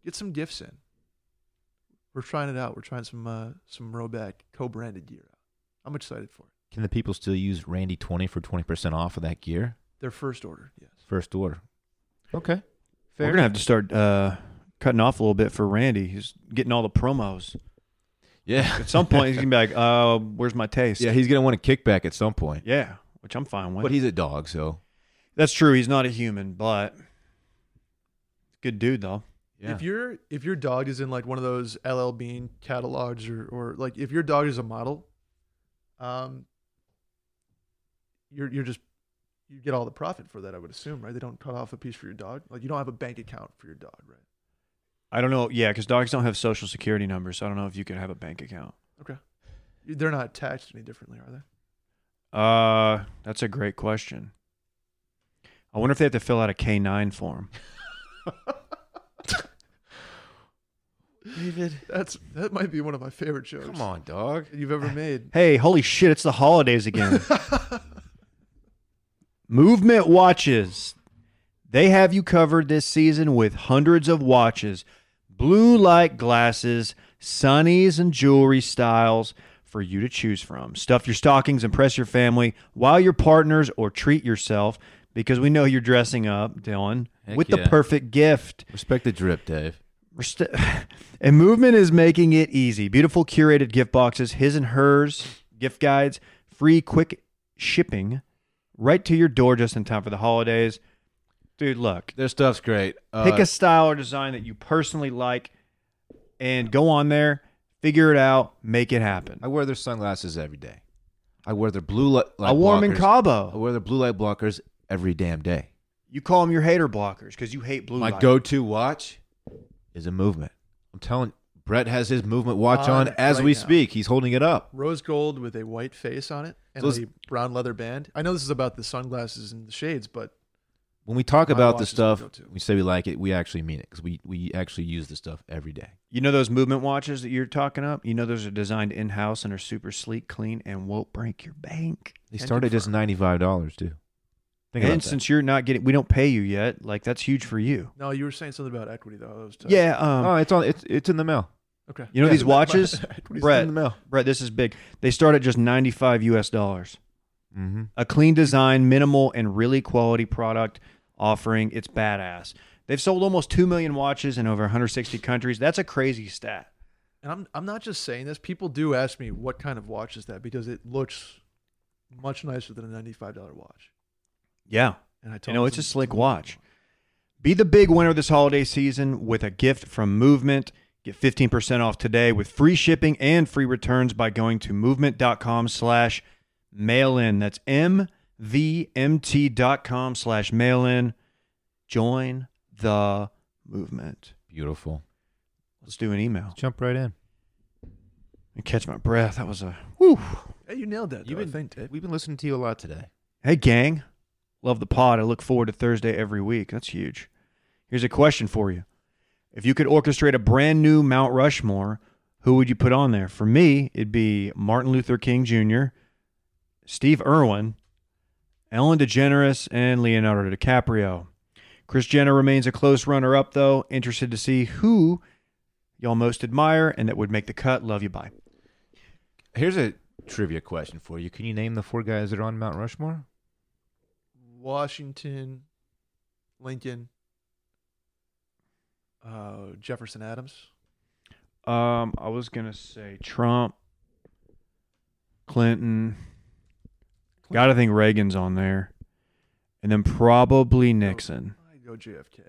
S2: Get some gifts in. We're trying it out. We're trying some uh, some Roback co-branded gear out. I'm excited for it.
S1: Can the people still use Randy twenty for twenty percent off of that gear?
S2: Their first order, yes.
S1: First order. Okay. Fair.
S3: We're gonna have to start uh, cutting off a little bit for Randy. He's getting all the promos.
S1: Yeah.
S3: At some point, he's gonna be like, "Uh, where's my taste?"
S1: Yeah, he's gonna want a kickback at some point.
S3: Yeah, which I'm fine with.
S1: But he's a dog, so
S3: That's true. He's not a human, but good dude though.
S1: yeah.
S2: If your if your dog is in like one of those LL Bean catalogs or or like if your dog is a model, um, you're you're just you get all the profit for that. I would assume, right? They don't cut off a piece for your dog. Like you don't have a bank account for your dog, right?
S3: I don't know. Yeah, because dogs don't have social security numbers, so I don't know if you could have a bank account.
S2: They're not taxed any differently, are they?
S3: Uh, that's a great question. I wonder if they have to fill out a K nine form.
S1: David.
S2: That's that might be one of my favorite jokes.
S1: Come on, dog.
S2: that you've ever made.
S3: Hey, holy shit! It's the holidays again. Movement watches. They have you covered this season with hundreds of watches, blue light glasses, sunnies, and jewelry styles for you to choose from. Stuff your stockings, impress your family, while your partners, or treat yourself because we know you're dressing up, Dylan,
S1: Heck
S3: with
S1: yeah.
S3: the perfect gift.
S1: Respect the drip, Dave.
S3: We're st- and movement is making it easy. Beautiful curated gift boxes, his and hers, gift guides, free quick shipping right to your door just in time for the holidays. Dude, look,
S1: Their stuff's great. Uh,
S3: pick a style or design that you personally like and go on there, figure it out, make it happen.
S1: I wear their sunglasses every day. I wear their blue light.
S3: I wore 'em in
S1: blockers. I
S3: Cabo.
S1: wear their blue light blockers every damn day.
S3: You call them your hater blockers because you hate blue
S1: My
S3: light.
S1: go-to watch is a movement. I'm telling Brett has his movement watch
S3: Uh,
S1: on,
S2: On
S1: as
S2: right
S1: we
S2: now.
S1: speak. He's holding it up.
S2: Rose gold with a white face on it and
S1: So it's-
S2: a brown leather band. I know this is about the sunglasses and the shades, but
S1: When we talk
S2: My
S1: about
S2: watch
S1: this
S2: is my
S1: stuff,
S2: go-to.
S1: we say we like it. We actually mean it because we we actually use this stuff every day.
S3: You know those movement watches that you're talking up? You know those are designed in house and are super sleek, clean, and won't break your bank.
S1: They
S2: And
S1: start at just ninety-five dollars too. Think about
S3: and
S1: that.
S3: since you're not getting, we don't pay you yet. Like that's huge for you.
S2: no, you were saying something about equity though. That was tough.
S3: Yeah. Um,
S1: oh, it's on. It's it's in the mail.
S2: Okay.
S3: you know
S2: Yeah,
S3: these
S2: my- my-
S3: watches,
S2: equity's-
S1: It's
S3: Brett.
S1: in the mail.
S3: Brett. This is big. They start at just 95 U.S. dollars.
S1: Mm-hmm.
S3: A clean design, minimal, and really quality product offering. It's badass. They've sold almost two million watches in over 160 countries. That's a crazy stat.
S2: and I'm I'm not just saying this. People do ask me what kind of watch is that because it looks much nicer than a ninety five dollar watch.
S3: Yeah.
S2: And I told
S3: You know,
S2: them
S3: it's a
S2: some-
S3: slick watch. Be the big winner this holiday season with a gift from Movement. Get 15% off today with free shipping and free returns by going to movement.com slash mail in. That's mvmt.com slash mail in. Join the movement.
S1: Beautiful.
S3: Let's do an email.
S1: Jump right in.
S3: And catch my breath. That was a whew.
S2: Hey, you nailed that.
S1: You've
S2: You've been
S1: been- We've been listening to you a lot today.
S3: Hey, gang. Love the pod. I look forward to Thursday every week. That's huge. Here's a question for you If you could orchestrate a brand new Mount Rushmore, who would you put on there? For me, it'd be Martin Luther King Jr., Steve Irwin, Ellen DeGeneres, and Leonardo DiCaprio. Chris Jenner remains a close runner up, though. Interested to see who y'all most admire and that would make the cut. Love you. Bye.
S1: Here's a trivia question for you. Can you name the four guys that are on Mount Rushmore?
S2: Washington, Lincoln, uh, Jefferson Adams.
S3: Um, I was gonna say Trump, Clinton. Gotta think Reagan's on there, and then probably Nixon.
S2: I go JFK.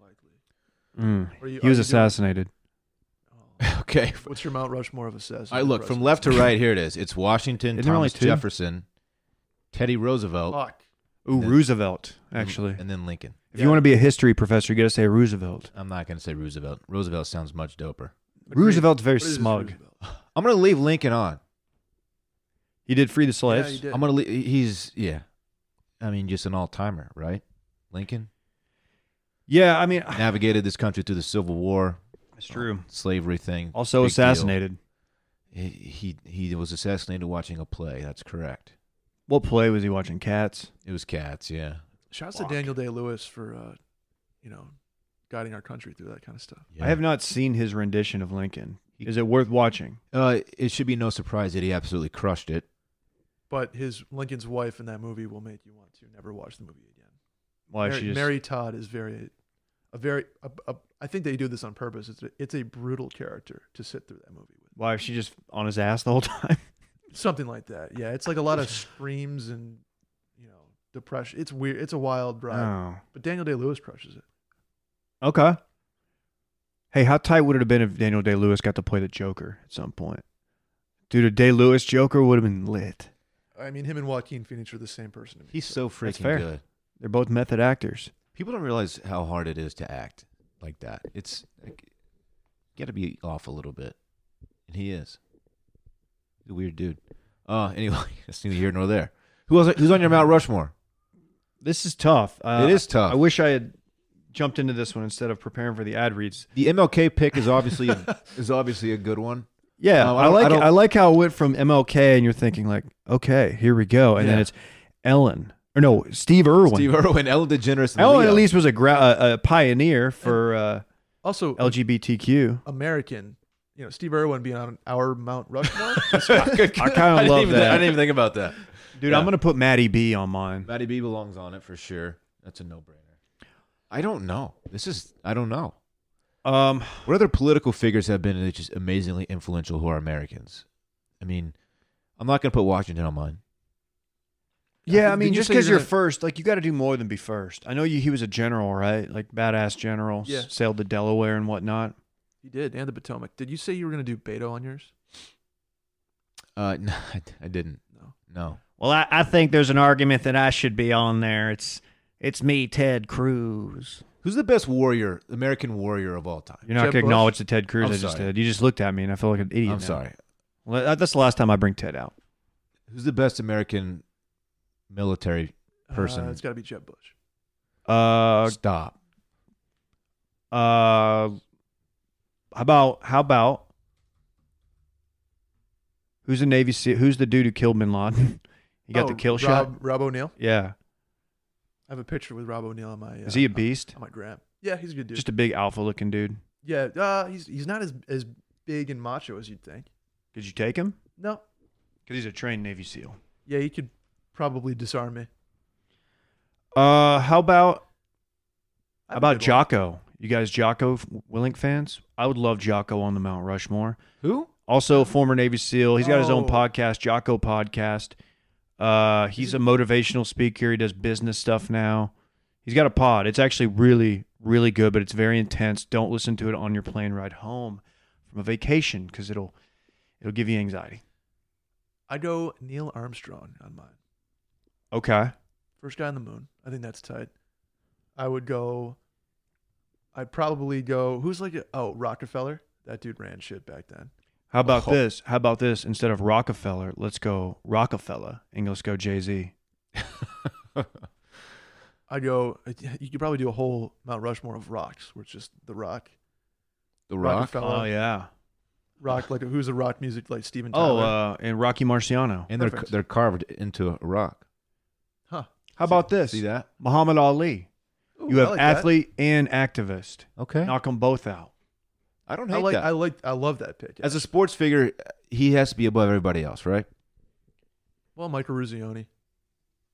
S2: Likely.
S3: Mm.
S2: Are you- are
S3: He was
S2: you doing-
S3: assassinated.
S2: Oh.
S1: Okay.
S2: What's your Mount Rushmore of assassins?
S1: All right, look, from left to right, here it is. It's Washington,
S3: Isn't there only
S1: Thomas
S3: two?
S1: Jefferson, Teddy Roosevelt,
S2: Fuck.
S3: Ooh,
S1: Yeah.
S3: Roosevelt.
S1: and-
S3: Actually,
S1: Mm. and then Lincoln.
S3: if you want to be a history professor, you gotta say Roosevelt.
S1: I'm not going to say Roosevelt. Roosevelt sounds much doper.
S3: Roosevelt's very
S2: What is
S3: smug.
S2: Roosevelt?
S1: I'm going to leave Lincoln on.
S3: He did free the
S2: Yeah,
S3: slaves.
S2: he did.
S1: I'm going to leave. He's, yeah. I mean, just an all timer, right? Lincoln
S3: Yeah, I mean,
S1: navigated this country through the Civil War,
S3: it's true.
S1: slavery thing.
S3: Also
S1: big deal.
S3: assassinated.
S1: He, he he was assassinated watching a play. That's correct.
S3: What play was he watching? Cats.
S1: It was Cats, yeah.
S2: Shouts to Daniel Day Lewis for, uh, you know, guiding our country through that kind of stuff.
S1: yeah.
S3: I have not seen his rendition of Lincoln.
S1: He-
S3: Is it worth watching?
S1: Uh, it should be no surprise that he absolutely crushed it.
S2: But his Lincoln's wife in that movie will make you want to never watch the movie again.
S3: Why
S2: Mary,
S3: she just
S2: Mary Todd is very, a very. A, a, I think they do this on purpose. It's a, it's a brutal character to sit through that movie with.
S3: Why is she just on his ass the whole time?
S2: Something like that. Yeah, it's like a lot of screams and, you know, depression. It's weird. It's a wild ride. But Daniel Day Lewis crushes it.
S3: Oh. Okay. Hey, how tight would it have been if Daniel Day Lewis got to play the Joker at some point? Dude, a Day Lewis Joker would have been lit.
S2: I mean, him and Joaquin Phoenix are the same person to me.
S1: He's so freaking
S3: fair.
S1: good.
S3: They're both method actors.
S1: People don't realize how hard it is to act like that. It's like, got to be off a little bit, and he is. He's a weird dude. Uh, anyway, it's neither here nor there. Who else? Who's on your Mount Rushmore?
S3: This is tough. Uh,
S1: It is tough.
S3: I wish I had jumped into this one instead of preparing for the ad reads.
S1: The MLK pick is obviously is obviously a good one.
S3: Yeah,
S1: Um, I don't-
S3: Uh, I,
S1: I
S3: like I,
S1: don't-
S3: like how it went from MLK and you're thinking like, okay, here we go, and then
S2: Yeah.
S3: it's Ellen or no Steve Irwin.
S1: Steve Irwin, Ellen DeGeneres, and
S3: Ellen
S1: Leo.
S3: at least was a, gra- a, a pioneer for uh,
S2: Also,
S3: LGBTQ.
S2: American. You know, Steve Irwin being on our Mount Rushmore.
S1: I
S3: kinda
S1: didn't
S3: love
S1: even-
S3: that.
S1: I didn't even think about that.
S3: Dude,
S1: Yeah.
S3: I'm gonna put Maddie B on mine.
S1: Matty B belongs on it for sure. That's a no brainer. I don't know. This is I don't know.
S3: Um,
S1: What other political figures have been that's just amazingly influential who are Americans? I mean, I'm not gonna put Washington on mine.
S3: yeah, I
S2: Did
S3: mean,
S2: you
S3: just
S2: say you're
S3: because you're
S2: gonna-
S3: first, like you got to do more than be first. I know you, he was a general, right? Like badass general, s-
S2: Yeah.
S3: sailed to Delaware and whatnot.
S2: you did, and the Potomac. Did you say you were going to do Beto on yours?
S1: Uh, no, I, I didn't.
S2: No.
S1: No.
S3: Well, I, I think there's an argument that I should be on there. It's it's me, Ted Cruz.
S1: Who's the best warrior, American warrior of all time?
S3: You're not
S2: Jeb
S3: gonna
S2: Bush?
S3: acknowledge the Ted Cruz
S1: I'm
S3: I just
S1: sorry.
S3: did. You just looked at me, and I feel like an idiot.
S1: I'm
S3: now.
S1: sorry.
S3: Well, that- that's the last time I bring Ted out.
S1: Who's the best American military? Person.
S2: Uh, it's got to be Jeb Bush.
S3: Uh,
S1: Stop.
S3: uh, how about how about who's the Navy SEAL? Who's the dude who killed Bin Laden? He got
S2: Oh,
S3: the kill
S2: Rob,
S3: shot.
S2: Rob O'Neill.
S3: Yeah.
S2: I have a picture with Rob O'Neill on my. Uh,
S3: Is he a
S2: on-
S3: beast?
S2: On my gram. Yeah, he's a good dude.
S3: Just a big alpha looking dude.
S2: yeah, uh, he's he's not as as big and macho as you'd think.
S3: Could you take him?
S2: No.
S3: Because he's a trained Navy SEAL.
S2: Yeah, he could probably disarm me.
S3: Uh, how about
S2: I
S3: how
S2: have a
S3: about
S2: good one.
S3: Jocko? You guys, Jocko F- Willink fans? I would love Jocko on the Mount Rushmore.
S1: Who?
S3: Also, a former Navy SEAL. He's got his own
S2: Oh.
S3: podcast, Jocko Podcast. Uh, he's a motivational speaker. He does business stuff now. He's got a pod. It's actually really, really good, but it's very intense. Don't listen to it on your plane ride home from a vacation because it'll it'll give you anxiety.
S2: I go Neil Armstrong on mine.
S3: Okay.
S2: First guy on the moon. I think that's tight. I would go. I'd probably go. Who's like a, oh Rockefeller? That dude ran shit back then.
S3: How about
S1: Oh.
S3: this? How about this? Instead of Rockefeller, let's go Rockefeller and let's go Jay Z.
S2: I go. You could probably do a whole Mount Rushmore of rocks, where it's just the rock.
S1: The Rock.
S2: Oh,
S3: Oh,
S2: Rockefeller.
S3: yeah.
S2: rock like who's a rock music like Steven
S3: Oh,
S2: Tyler.
S3: uh, and Rocky Marciano.
S1: and they're
S2: Perfect.
S1: they're carved into rock.
S2: huh.
S3: How about this?
S1: See that?
S3: Muhammad Ali.
S2: Ooh,
S3: You
S2: I
S3: have
S2: like that.
S3: athlete and activist.
S1: Okay,
S3: Knock them both out.
S1: I don't
S2: I
S1: hate
S2: like
S1: that.
S2: I like I love that pick. yeah.
S1: As a sports figure, he has to be above everybody else, right?
S2: well, Michael Ruzioni.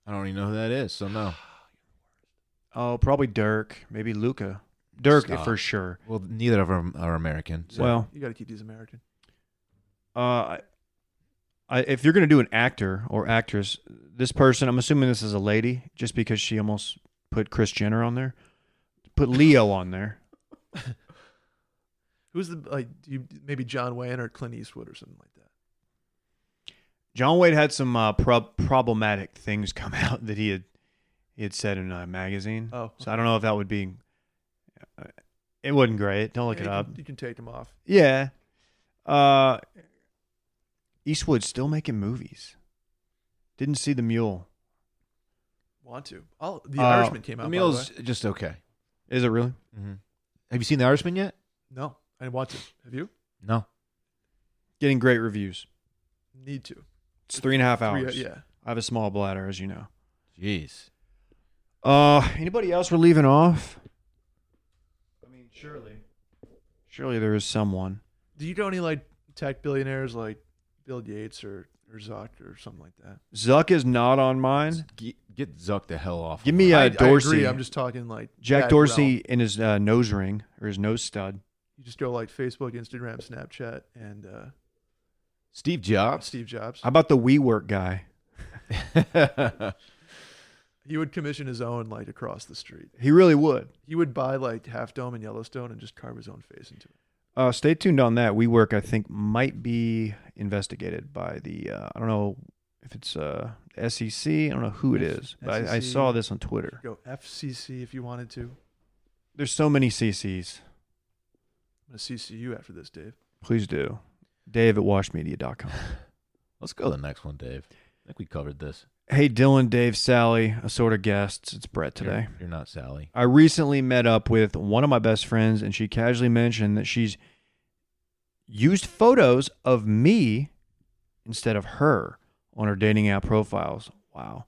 S1: I don't even know who that is, so no.
S3: Oh, probably Dirk. Maybe Luca. Dirk
S1: Stop.
S3: for sure.
S1: Well, neither of them are American. So.
S3: Well,
S2: You got to keep these American.
S3: uh, I, I, if you're gonna do an actor or actress, this person, I'm assuming this is a lady, just because she almost put Chris Jenner on there, put Leo on there.
S2: Who's the like do you, maybe John Wayne or Clint Eastwood or something like that?
S3: John Wayne had some uh, prob- problematic things come out that he had he had said in a magazine.
S2: Oh,
S3: so I don't know if that would be. uh, It wasn't great. Don't look
S2: Yeah,
S3: it
S2: you
S3: up.
S2: Can, you can take them off.
S3: Yeah. Uh Eastwood's still making movies. Didn't see The Mule.
S2: Want to? All the
S3: Uh,
S2: Irishman came out. by
S1: the
S2: the
S1: meal's
S2: way.
S1: just okay.
S3: Is it really?
S1: Mm-hmm. Have you seen The Irishman yet?
S2: No, I want to. Have you?
S1: No.
S3: Getting great reviews.
S2: Need to.
S3: It's three and a half
S2: Three-
S3: hours.
S2: yeah.
S3: I have a small bladder, as you know.
S1: Jeez.
S3: Uh anybody else we're leaving off? I mean, surely. Surely there is someone.
S2: Do you know any like tech billionaires like Bill Gates or or Zuck or something like that?
S3: Zuck is not on mine.
S1: Get, get Zuck the hell off.
S3: Give
S1: of
S3: me
S1: mine.
S3: a-
S2: I,
S3: Yeah,
S2: I
S3: Dorsey.
S2: agree. I'm just talking like
S3: Jack
S2: that
S3: Dorsey
S2: realm.
S3: in his uh, nose ring or his nose stud.
S2: You just go like Facebook, Instagram, Snapchat, and uh,
S1: Steve Jobs.
S2: Steve Jobs.
S3: How about the WeWork guy?
S2: He would commission his own like across the street.
S3: He really would.
S2: He would buy like Half Dome and Yellowstone and just carve his own face into it.
S3: Uh, stay tuned on that. WeWork, I think, might be investigated by the. Uh, I don't know if it's uh, SEC. I don't know who it is, but I, I
S2: SEC.
S3: saw this on Twitter.
S2: Go FCC if you wanted to. I'm
S3: There's so many CCs.
S2: gonna CC you after this, Dave.
S3: Please do. Dave at washmedia.com.
S1: Let's go to the next one, Dave. I think we covered this
S3: hey, Dylan, Dave, Sally, assorted guests. It's Brett today.
S1: You're, you're not Sally.
S3: I recently met up with one of my best friends, and she casually mentioned that she's used photos of me instead of her on her dating app profiles. Wow.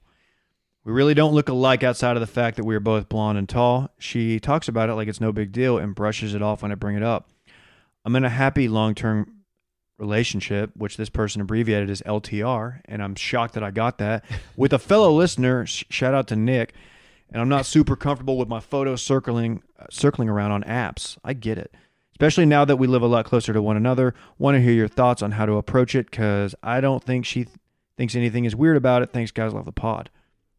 S3: We really don't look alike outside of the fact that we are both blonde and tall. She talks about it like it's no big deal and brushes it off when I bring it up. I'm in a happy long term relationship, which this person abbreviated as LTR, and I'm shocked that I got that with a fellow listener. Sh- shout out to Nick. And I'm not super comfortable with my photos circling uh, circling around on apps. I get it, especially now that we live a lot closer to one another. Want to hear your thoughts on how to approach it? Cause I don't think she th- thinks anything is weird about it. Thanks, guys. Love the pod.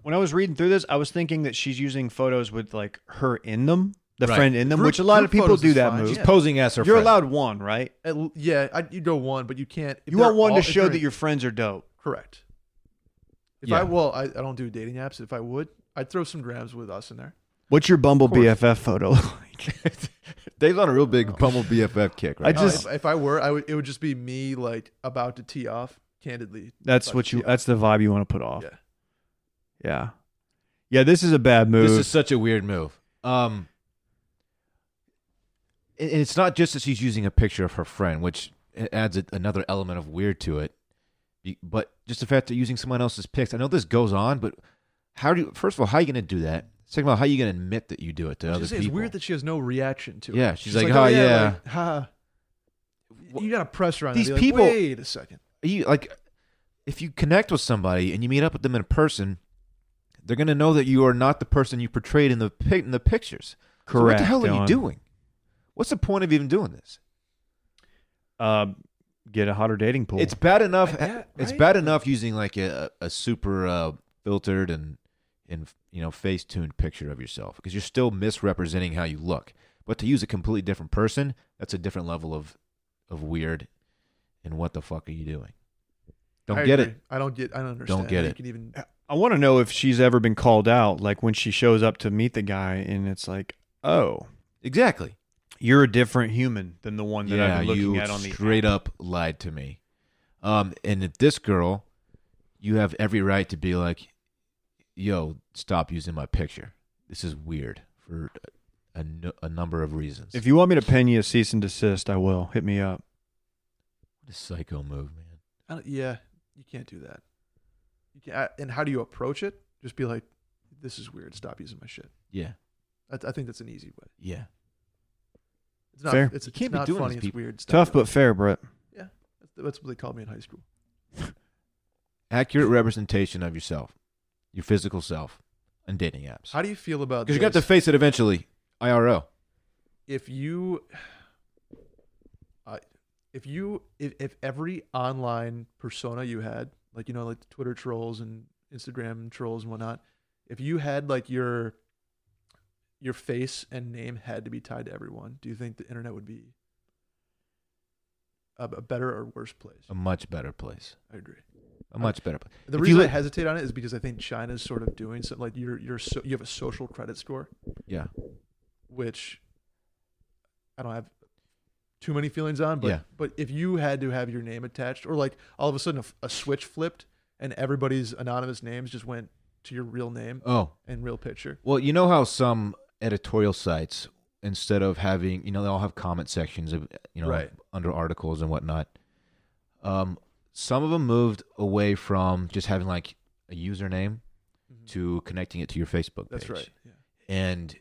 S3: When I was reading through this, I was thinking that she's using photos with like her in them, the
S1: Right.
S3: friend in them,
S2: Group-
S3: which a lot of
S2: group
S3: people
S2: photos
S3: do
S2: is
S3: that
S2: fine.
S3: move.
S2: She's Yeah.
S1: Posing as her.
S3: You're
S1: friend.
S3: allowed one, right?
S2: At l- yeah, I, you go one, but you can't. if
S3: You want
S2: they're
S3: one
S2: all-
S3: to
S2: if
S3: show
S2: they're
S3: that
S2: in-
S3: your friends are dope.
S2: correct. If
S1: Yeah.
S2: I well, I, I don't do dating apps. If I would, I'd throw some grams with us in there.
S3: What's your Bumble
S1: Of course.
S3: BFF photo like?
S1: Dave's on a real
S2: Oh.
S1: big Bumble BFF kick. Right
S3: I
S1: now.
S2: No,
S3: just-
S2: if, if I were, I would. It would just be me like about to tee off candidly.
S3: That's
S2: Like,
S3: what you.
S2: yeah.
S3: That's the vibe you want to put off.
S2: Yeah.
S3: Yeah. Yeah, this is a bad move.
S1: this is such a weird move. Um, and and it's not just that she's using a picture of her friend, which a- adds a, another element of weird to it. Be- But just the fact that using someone else's pics, I know this goes on, but how do you? First of all, how are you going to do that? Second of all, how are you going to admit that you do it to
S2: It's
S1: other
S2: just-
S1: people?
S2: it's weird that she has no reaction to it.
S1: Yeah, she's like, "Oh, yeah."
S2: like, ha.
S1: Wha-
S2: You got to pressure on
S1: These
S2: them. Be like,
S1: people-
S2: Wait a second.
S1: you like if you connect with somebody and you meet up with them in person, they're going to know that you are not the person you portrayed in the pic- in the pictures. So what
S3: correct.
S1: the hell are
S3: Dylan.
S1: you doing? What's the point of even doing this?
S3: Um, get a hotter dating pool.
S1: It's bad enough.
S2: Like that,
S1: It's
S2: Uh, right?
S1: bad enough using like a, a super uh, filtered and and you know face tuned picture of yourself because you're still misrepresenting how you look. But to use a completely different person, that's a different level of of weird. And what the fuck are you doing? Don't
S2: I
S1: get
S2: agree.
S1: it.
S2: I don't get. I don't understand.
S1: get
S2: how you
S1: it.
S2: Can even
S3: I want to know if she's ever been called out, like when she shows up to meet the guy, and it's like, oh,
S1: Exactly.
S3: you're a different human than the one that
S1: yeah,
S3: I've been looking
S1: you
S3: at on the
S1: straight up lied to me. Um, and if this girl, you have every right to be like, "Yo, stop using my picture. This is weird for a, a nu- a number of reasons."
S3: If you want me to pen you a cease and desist, I will. Hit me up.
S1: The psycho move, man.
S2: I don't, yeah, you can't do that. You can I, and how do you approach it? Just be like, this is weird. Stop using my shit.
S1: Yeah,
S2: I, I think that's an easy way.
S1: yeah.
S2: It's not.
S3: Fair.
S2: It's,
S1: You
S2: it's
S1: can't be
S2: not
S1: doing
S2: funny.
S1: this,
S2: It's
S1: people.
S2: weird. Stop
S3: Tough
S2: it.
S3: but fair, Brett.
S2: that's what they called me in high school.
S1: Accurate representation of yourself, your physical self, and dating apps.
S2: How do you feel about?
S1: Because you got to
S2: this?
S1: face it eventually. IRO.
S2: if you uh, if you if, if every online persona you had like you know like the twitter trolls and instagram trolls and whatnot if you had like your your face and name had to be tied to everyone do you think the internet would be a, a better or worse place
S1: A much better place.
S2: i agree
S1: A
S3: Uh,
S1: much better place.
S2: the
S1: Um, If
S2: reason
S1: you
S2: i
S1: look-
S2: hesitate on it is because i think china's sort of doing something like you're you're so, you have a social credit score
S1: Yeah.
S2: which I don't have too many feelings on, but
S1: Yeah.
S2: but if you had to have your name attached, or like all of a sudden a f- a, switch flipped and everybody's anonymous names just went to your real name
S1: Oh,
S2: and real picture,
S1: Well, you know how some editorial sites, instead of having, you know, they all have comment sections of, you know,
S2: Right.
S1: under articles and whatnot. Um, some of them moved away from just having like a username to connecting it to your Facebook page.
S2: Mm-hmm. that's right. Yeah.
S1: And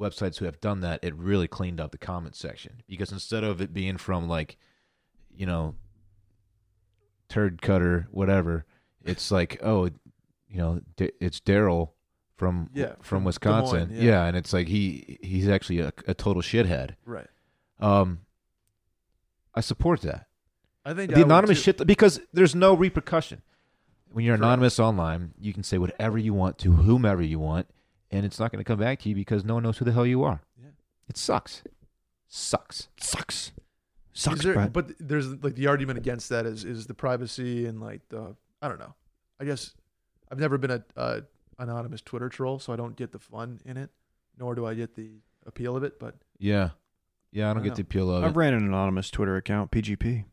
S1: websites who have done that, it really cleaned up the comment section because instead of it being from like, you know, turd cutter, whatever, it's like, oh, you know, D- it's Daryl from
S2: Yeah,
S1: from
S2: from
S1: Wisconsin,
S2: Des
S1: yeah.
S2: Moines, yeah.
S1: and it's like he he's actually a, a total shithead.
S2: Right.
S1: Um, I support that
S2: I think I
S1: the
S2: would
S1: anonymous
S2: too.
S1: shit because there's no repercussion. When you're
S2: Correct.
S1: anonymous online, you can say whatever you want to whomever you want, and it's not going to come back to you because no one knows who the hell you are.
S2: Yeah.
S1: It sucks. Sucks.
S3: Sucks.
S2: Is
S3: Sucks,
S2: there-
S3: Brett.
S2: but there's like the argument against that is is the privacy and like the I don't know. I guess I've never been a, a anonymous Twitter troll, so I don't get the fun in it, nor do I get the appeal of it. But
S1: Yeah. Yeah, I don't
S2: I
S1: get
S2: know.
S1: the appeal of
S3: I
S1: it.
S3: ran an anonymous Twitter account, PGP,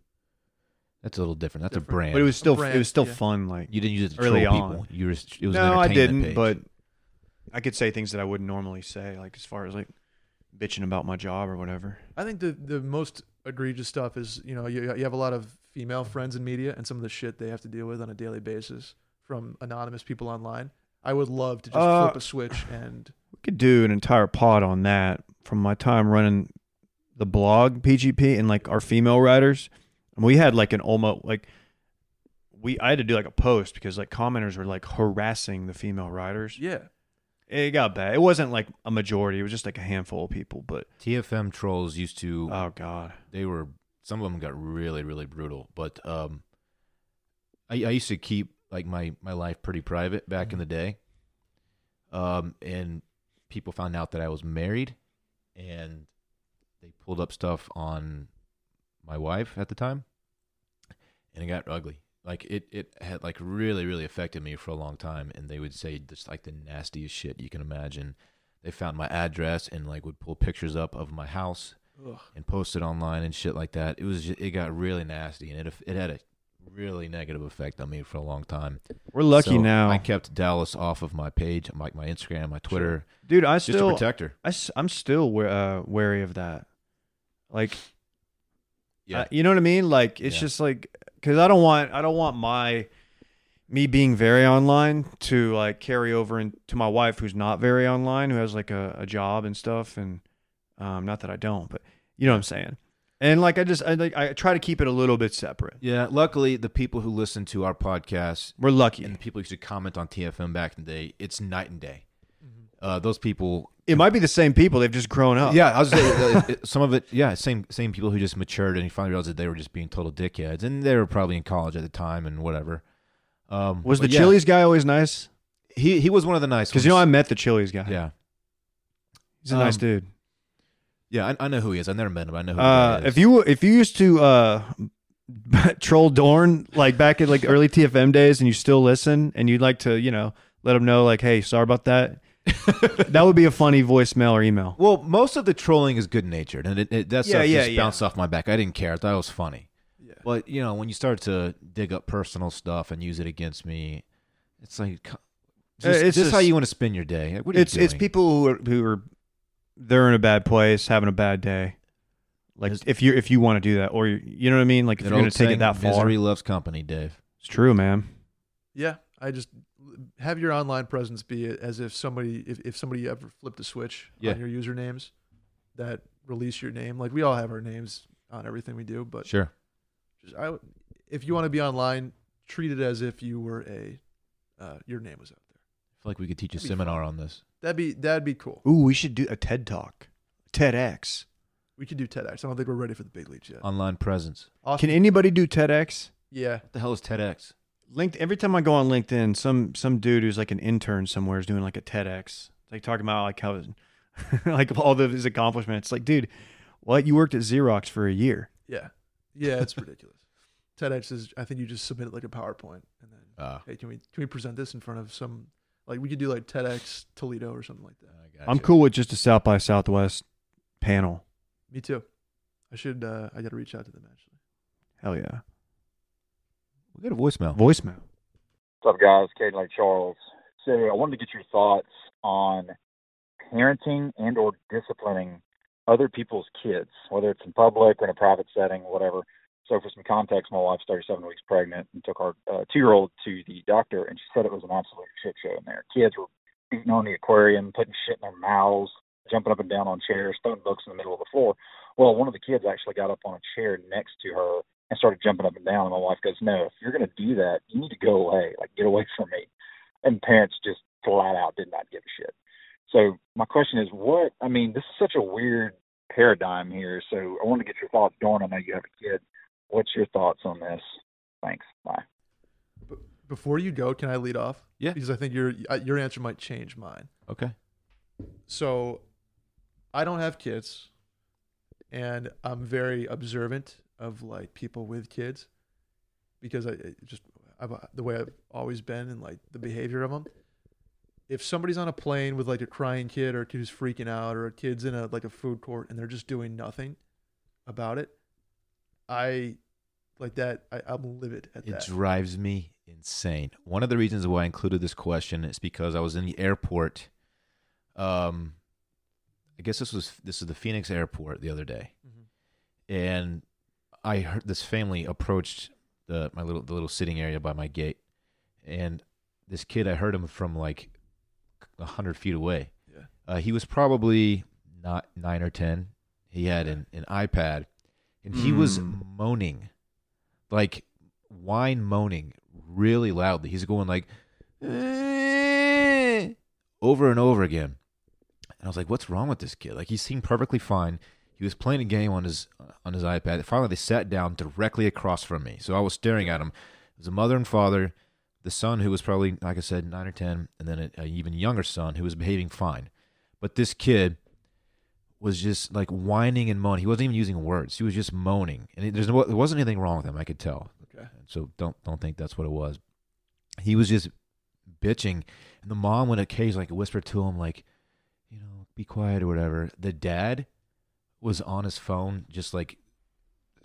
S1: That's a little different. That's a
S2: Different.
S1: brand.
S3: but it was still
S2: brand,
S3: it was still
S2: yeah.
S3: fun. Like
S1: you didn't use it to
S3: early
S1: troll
S3: on.
S1: people. You were, it was an
S3: no, I
S1: entertainment
S3: didn't,
S1: page.
S3: but I could say things that I wouldn't normally say, like as far as like bitching about my job or whatever.
S2: I think the the most egregious stuff is you know you, you have a lot of female friends in media and some of the shit they have to deal with on a daily basis from anonymous people online. I would love to just
S3: Uh,
S2: flip a switch and
S3: We could do an entire pod on that from my time running the blog PGP and like our female writers. And we had like an almost like we I had to do like a post because like commenters were like harassing the female writers.
S2: yeah,
S3: It got bad. It wasn't like a majority. It was just like a handful of people. But
S1: TFM trolls used to
S3: oh god,
S1: they were some of them got really really brutal but um i, I used to keep like my my life pretty private back in the day um and people found out that i was married and they pulled up stuff on my wife at the time and it got ugly like it it had like really really affected me for a long time and they would say just like the nastiest shit you can imagine they found my address and like would pull pictures up of my house
S2: Ugh.
S1: and posted online and shit like that. It was ju- it got really nasty and it it had a really negative effect on me for a long time.
S3: we're lucky
S1: So
S3: now,
S1: I kept Dallas off of my page, like my Instagram, my Twitter,
S3: dude. I
S1: just to
S3: still
S1: protect her.
S3: I am still wa- uh, wary of that. Like
S1: Yeah,
S3: Uh, you know what I mean? Like it's
S1: Yeah.
S3: just like because I don't want I don't want my me being very online to like carry over into my wife who's not very online who has like a, a job and stuff and um not that I don't but you know what I'm saying and like I just I like I try to keep it a little bit separate.
S1: yeah. Luckily, the people who listen to our podcast
S3: We're lucky.
S1: and the people who used to comment on TFM back in the day, it's night and day. Uh, those people,
S3: it might be the same people they've just grown up.
S1: yeah, I was saying, uh, it- some of it, yeah, same same people who just matured and finally realized that they were just being total dickheads, and they were probably in college at the time and whatever. Um,
S3: Was the
S1: but yeah,
S3: Chili's guy always nice?
S1: He he was one of the nice
S3: Because you know
S1: ones.
S3: I met the Chili's guy.
S1: yeah.
S3: he's a nice
S1: Um,
S3: dude.
S1: Yeah, I, I know who he is. I've never met him. But I know who
S3: Uh,
S1: he is.
S3: if you if you used to uh, troll Dorn like back in like early TFM days, and you still listen, and you'd like to you know let them know like, hey, sorry about that. that would be a funny voicemail or email.
S1: well, most of the trolling is good natured, and it, it, that
S3: Yeah,
S1: stuff
S3: yeah,
S1: just
S3: yeah.
S1: bounced off my back. I didn't care. I thought it was funny.
S2: Yeah.
S1: But you know, when you start to dig up personal stuff and use it against me, it's like, co-
S3: Uh,
S1: just,
S3: it's
S1: just how
S3: just-
S1: you want to spend your day. What are
S3: It's
S1: you doing?
S3: it's people who are, who are they're in a bad place, having a bad day. Like if you if you want to do that, or you- you know what I mean. Like if
S1: That
S3: you're gonna
S1: old
S3: take
S1: saying,
S3: it that far,
S1: Misery loves company, Dave.
S3: it's true, man.
S2: Yeah, I just have your online presence be as if somebody if, if somebody ever flipped a switch
S1: Yeah.
S2: on your usernames that release your name. Like we all have our names on everything we do, but
S1: Sure.
S2: just, I, would- if you want to be online, treat it as if you were a uh, your name was out there.
S1: I feel like we could teach a
S2: That'd be
S1: seminar on this.
S2: That'd be that'd be cool.
S3: Ooh, we should do a TED talk, TEDx.
S2: We could do TEDx. I don't think we're ready for the big leagues yet.
S1: Online presence.
S2: Austin,
S3: Can anybody do TEDx?
S2: yeah,
S1: What the hell is TEDx?
S3: Linked every time I go on LinkedIn, some some dude who's like an intern somewhere is doing like a TEDx, like talking about like how like all of his accomplishments. Like, dude, what you worked at Xerox for a year?
S2: yeah, yeah. It's ridiculous. TEDx is. I think you just submit it like a PowerPoint, and then
S1: Ah,
S2: hey, can we can we present this in front of some like we could do like TEDx Toledo or something like that.
S1: I got
S3: I'm
S1: you.
S3: cool with just a South by Southwest panel.
S2: Me too. I should. Uh, I got to reach out to them actually.
S3: Hell yeah,
S1: We got a voicemail.
S3: voicemail.
S5: What's up, guys? Caden Lake Charles. So I wanted to get your thoughts on parenting and or disciplining other people's kids, whether it's in public or in a private setting, whatever. So for some context, my wife's 37 weeks pregnant and took our uh, two-year-old to the doctor, and she said it was an absolute shit show in there. Kids were beating on the aquarium, putting shit in their mouths, jumping up and down on chairs, throwing books in the middle of the floor. Well, one of the kids actually got up on a chair next to her and started jumping up and down. And my wife goes, No, if you're going to do that, you need to go away. Like, get away from me. And parents just flat out did not give a shit. So, my question is, what? I mean, this is such a weird paradigm here. So, I want to get your thoughts. Dorn, I know you have a kid. What's your thoughts on this? Thanks. Bye.
S2: B- before you go, can I lead off?
S1: Yeah.
S2: Because I think your uh, your answer might change mine.
S1: Okay.
S2: So, I don't have kids, and I'm very observant of like people with kids, because I it just I've, the way I've always been and like the behavior of them. If somebody's on a plane with like a crying kid or a kid who's freaking out or a kid's in a like a food court and they're just doing nothing about it, I like that. I, I'm livid at
S1: It
S2: that.
S1: drives me insane. One of the reasons why I included this question is because I was in the airport. Um, I guess this was this is the Phoenix airport the other day,
S2: Mm-hmm.
S1: and I heard this family approached the my little the little sitting area by my gate, and this kid I heard him from like a hundred feet away.
S2: Yeah.
S1: Uh, he was probably not nine or ten. He had an, an iPad, and he was
S3: Mm.
S1: moaning, like whine moaning really loudly. He's going like "Eh," over and over again. And I was like, "What's wrong with this kid? Like he seemed perfectly fine. He was playing a game on his on his iPad. Finally, they sat down directly across from me, so I was staring at him. It was a mother and father, the son who was probably, like I said, nine or ten, and then an even younger son who was behaving fine. But this kid was just like whining and moaning. He wasn't even using words. He was just moaning, and it, there's no, there wasn't anything wrong with him. I could tell.
S2: Okay.
S1: So don't don't think that's what it was. He was just bitching, and the mom would occasionally like whisper to him like, you know, be quiet or whatever. The dad was on his phone, just like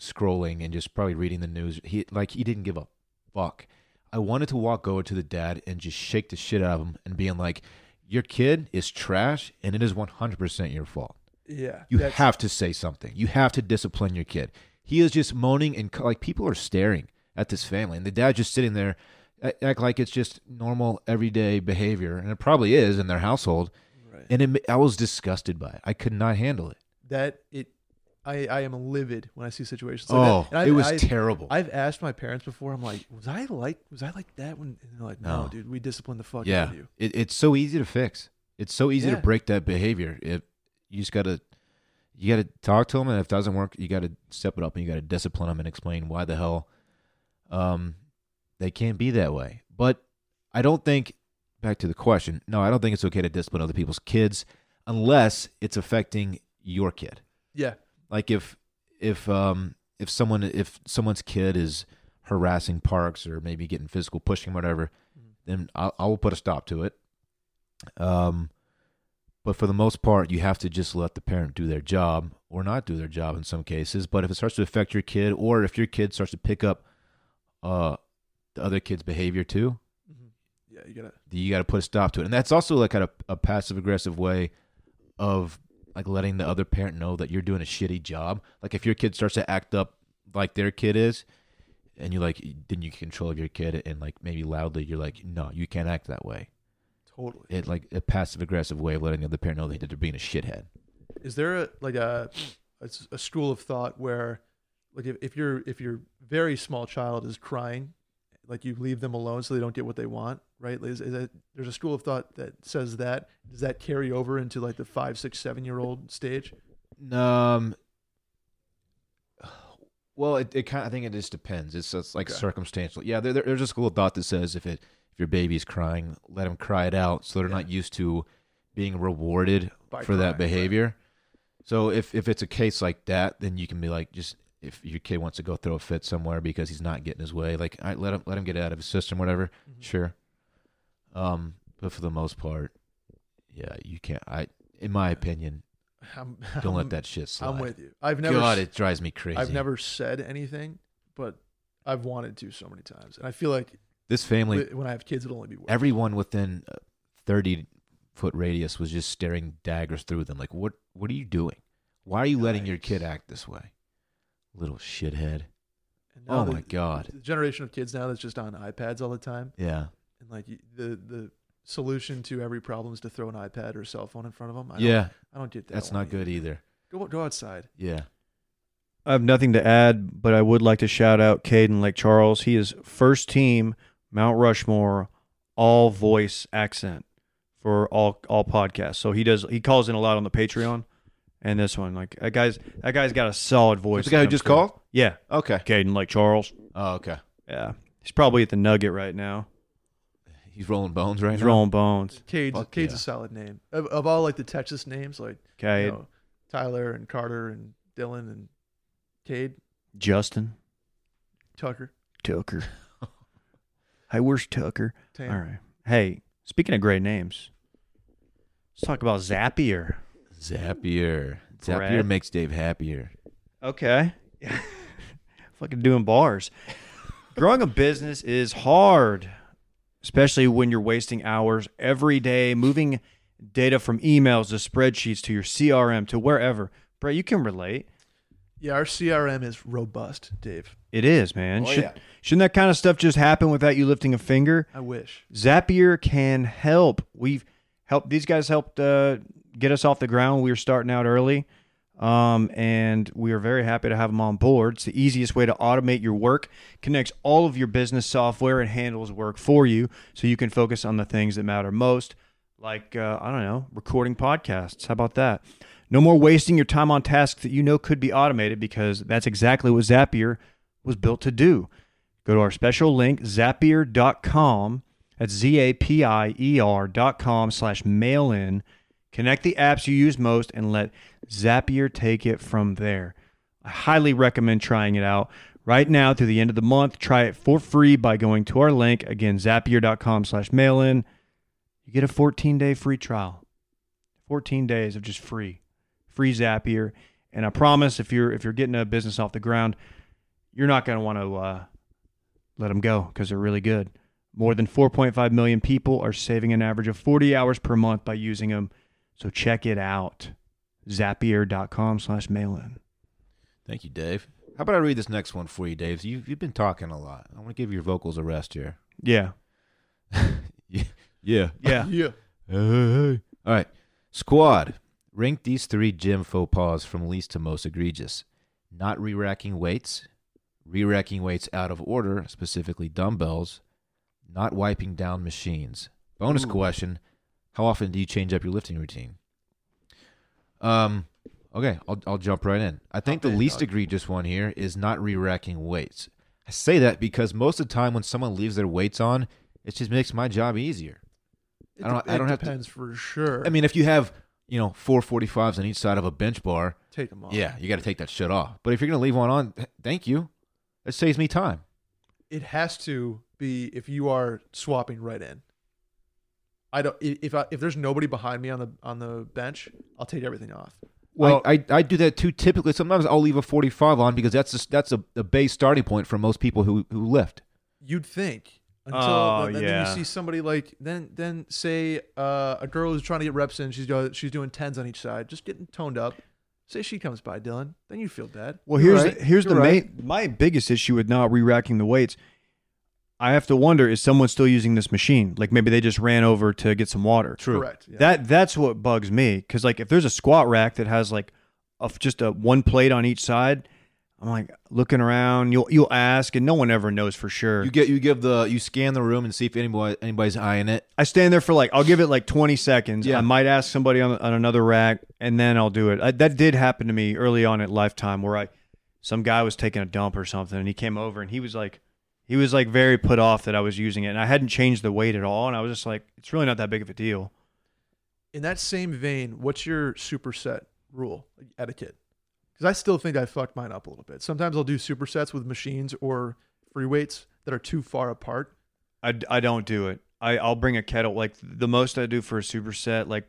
S1: scrolling and just probably reading the news. He like he didn't give a fuck. I wanted to walk over to the dad and just shake the shit out of him and being like, "Your kid is trash, and it is 100% your fault.
S2: Yeah.
S1: You
S2: that's-
S1: have to say something. You have to discipline your kid." He is just moaning and c- like people are staring at this family, and the dad just sitting there, a- act like it's just normal everyday behavior, and it probably is in their household.
S2: Right.
S1: And it, ma- I was disgusted by it. I could not handle it.
S2: that it I, I am livid when I see situations like
S1: Oh,
S2: that. And I've-
S1: it was
S2: I've,
S1: terrible.
S2: I've asked my parents before. I'm like, was I like was I like that when? And they're like, no,
S1: No.
S2: dude, we disciplined the fuck out
S1: yeah,
S2: of you.
S1: it, it's so easy to fix. It's so easy to
S2: Yeah.
S1: break that behavior. If you just gotta, you gotta talk to them, and if it doesn't work, you gotta step it up and you gotta discipline them and explain why the hell, um, they can't be that way. But I don't think. Back to the question. No, I don't think it's okay to discipline other people's kids unless it's affecting your kid.
S2: Yeah,
S1: like if if um if someone if someone's kid is harassing parks or maybe getting physical pushing whatever then I, I will put a stop to it um but for the most part you have to just let the parent do their job or not do their job in some cases but if it starts to affect your kid or if your kid starts to pick up uh the other kid's behavior too
S2: yeah, you gotta.
S1: you got to put a stop to it. And that's also like kind of a passive aggressive way of like letting the other parent know that you're doing a shitty job. Like if your kid starts to act up like their kid is, and you like then you control your kid and like maybe loudly you're like, no, you can't act that way.
S2: Totally.
S1: It like a passive aggressive way of letting the other parent know that they're being a shithead.
S2: Is there a, like a, a s- a school of thought where, like, if, if your if your very small child is crying, like you leave them alone so they don't get what they want, right? Like, Is, is that, there's a school of thought that says that does that carry over into like the five, six, seven year old stage?
S1: Um. Well, it, it kind I think it just depends. It's it's like circumstantial. Yeah, there, there- there's a school of thought that says if it if your baby's crying, let them cry it out, so they're
S2: Yeah.
S1: not used to being rewarded
S2: By
S1: for
S2: crying,
S1: that
S2: right.
S1: behavior. So if if it's a case like that, then you can be like, just if your kid wants to go throw a fit somewhere because he's not getting his way, like all right, let him let him get it out of his system, whatever.
S2: Mm-hmm.
S1: Sure. Um, but for the most part, yeah, you can't. I, in my opinion,
S2: I'm,
S1: don't
S2: I'm-
S1: let that shit slide.
S2: I'm with you. I've never
S1: God,
S2: s-
S1: it drives me crazy.
S2: I've never said anything, but I've wanted to so many times, and I feel like
S1: This family,
S2: wi- when I have kids, it'll only be worse.
S1: everyone within a thirty foot radius was just staring daggers through them. Like, what? What are you doing? Why are you letting your kid act this way? Little shithead.
S2: And now
S1: oh my God.
S2: The generation of kids now that's just on iPads all the time,
S1: Yeah.
S2: and like you- the the solution to every problem is to throw an iPad or a cell phone in front of them. I don't,
S1: Yeah.
S2: I don't get that.
S1: That's
S2: one
S1: not good either.
S2: Go go outside.
S1: Yeah.
S3: I have nothing to add, but I would like to shout out Caden Lake Charles. He is first team Mount Rushmore all voice accent for all all podcasts. So he does he calls in a lot on the Patreon and this one like that guy's that guy's got a solid voice.
S1: the guy who
S3: that comes
S1: just
S3: through.
S1: called?
S3: Yeah,
S1: Okay.
S3: Caden Lake Charles.
S1: Oh, okay.
S3: Yeah, he's probably at the Nugget right now.
S1: He's rolling bones right
S3: He's
S1: now.
S3: rolling bones.
S2: Cade's
S1: Fuck
S2: Cade's
S1: yeah.
S2: a solid name of, of all like the Texas names, like
S3: Cade,
S2: you know, Tyler and Carter and Dylan and Cade
S3: Justin,
S2: Tucker.
S3: Tucker. hey, where's Tucker?
S2: Tam.
S3: All right. Hey, speaking of great names, let's talk about Zapier.
S1: Zapier. Zapier
S3: Brad.
S1: makes Dave happier.
S3: Okay. Fucking doing bars. Growing a business is hard, especially when you're wasting hours every day moving data from emails to spreadsheets to your CRM to wherever. Bro, you can relate.
S2: Yeah, our CRM is robust, Dave.
S3: It is, man.
S1: Oh,
S3: Should,
S1: yeah.
S3: Shouldn't that kind of stuff just happen without you lifting a finger?
S2: I wish.
S3: Zapier can help. We've helped these guys helped uh, get us off the ground. We were starting out early, um, and we are very happy to have them on board. It's the easiest way to automate your work. Connects all of your business software and handles work for you, so you can focus on the things that matter most. Like uh, I don't know, recording podcasts. How about that? No more wasting your time on tasks that you know could be automated because that's exactly what Zapier was built to do. Go to our special link, zapier.com. That's Z-A-P-I-E-R E dot com slash mail in. Connect the apps you use most and let Zapier take it from there. I highly recommend trying it out right now through the end of the month. Try it for free by going to our link. Again, zapier.com slash mail in. You get a 14 day free trial. 14 days of just free. Free Zapier. And I promise if you're if you're getting a business off the ground, you're not going to want to uh, let them go because they're really good. More than 4.5 million people are saving an average of 40 hours per month by using them. So check it out. Zapier.com slash mailin.
S1: Thank you, Dave. How about I read this next one for you, Dave? You, you've been talking a lot. I want to give your vocals a rest here.
S3: Yeah.
S1: Yeah.
S3: Yeah.
S2: Yeah.
S1: Hey, hey, hey. All right. Squad. Rank these three gym faux pas from least to most egregious. Not re racking weights, re racking weights out of order, specifically dumbbells, not wiping down machines. Bonus question How often do you change up your lifting routine? Um, okay, I'll, I'll jump right in. I think
S2: Hop
S1: the
S2: in,
S1: least
S2: dog.
S1: egregious one here is not re racking weights. I say that because most of the time when someone leaves their weights on, it just makes my job easier.
S2: It
S1: I don't-
S2: de-
S1: I
S2: it
S1: don't have to-
S2: depends for sure.
S1: I mean, if you have, you know, four 45s on each side of a bench bar,
S2: take them off.
S1: yeah, you got to take that shit off. But if you're going to leave one on, th- thank you. It saves me time.
S2: it has to be if you are swapping right in. I don't i- if I, if there's nobody behind me on the on the bench, I'll take everything off.
S1: Well, I, I, I do that too typically. Sometimes I'll leave a 45 on because that's a, that's a, a base starting point for most people who, who lift.
S2: You'd think until
S3: Oh,
S2: then, then
S3: yeah.
S2: you see somebody like then then say uh, a girl who's trying to get reps in she's doing she's doing tens on each side just getting toned up say she comes by dylan then you feel bad
S3: Well,
S2: You're
S3: here's
S2: right.
S3: the, here's
S2: You're
S3: the
S2: right.
S3: main my biggest issue with not re-racking the weights. I have to wonder is someone still using this machine? Like maybe they just ran over to get some water.
S1: True.
S2: correct yeah.
S3: That that's what bugs me because like if there's a squat rack that has like a, just a one plate on each side, I'm like looking around. You'll you'll ask and no one ever knows for sure.
S1: You get you give the you scan the room and see if anybody anybody's eyeing it.
S3: I stand there for like I'll give it like 20 seconds.
S1: Yeah.
S3: I might ask somebody on, on another rack and then I'll do it. I, that did happen to me early on at Lifetime where I some guy was taking a dump or something and he came over and he was like he was like very put off that I was using it and I hadn't changed the weight at all and I was just like it's really not that big of a deal.
S2: in that same vein, what's your superset rule like, etiquette? Because I still think I fucked mine up a little bit. Sometimes I'll do supersets with machines or free weights that are too far apart.
S3: I, I don't do it. I, I'll bring a kettle. Like the most I do for a superset, like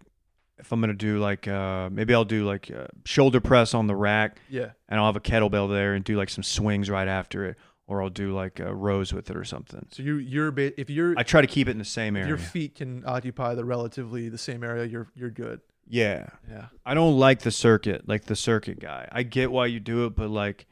S3: if I'm going to do like, uh, maybe I'll do like uh, shoulder press on the rack
S2: Yeah,
S3: and I'll have a kettlebell there and do like some swings right after it. Or I'll do like uh, rows with it or something.
S2: so you you're ba- if you're
S3: I try to keep it in the same
S2: if
S3: area.
S2: your feet can occupy the relatively the same area, you're you're good.
S3: yeah.
S2: Yeah,
S3: I don't like the circuit, like the circuit guy. I get why you do it, but like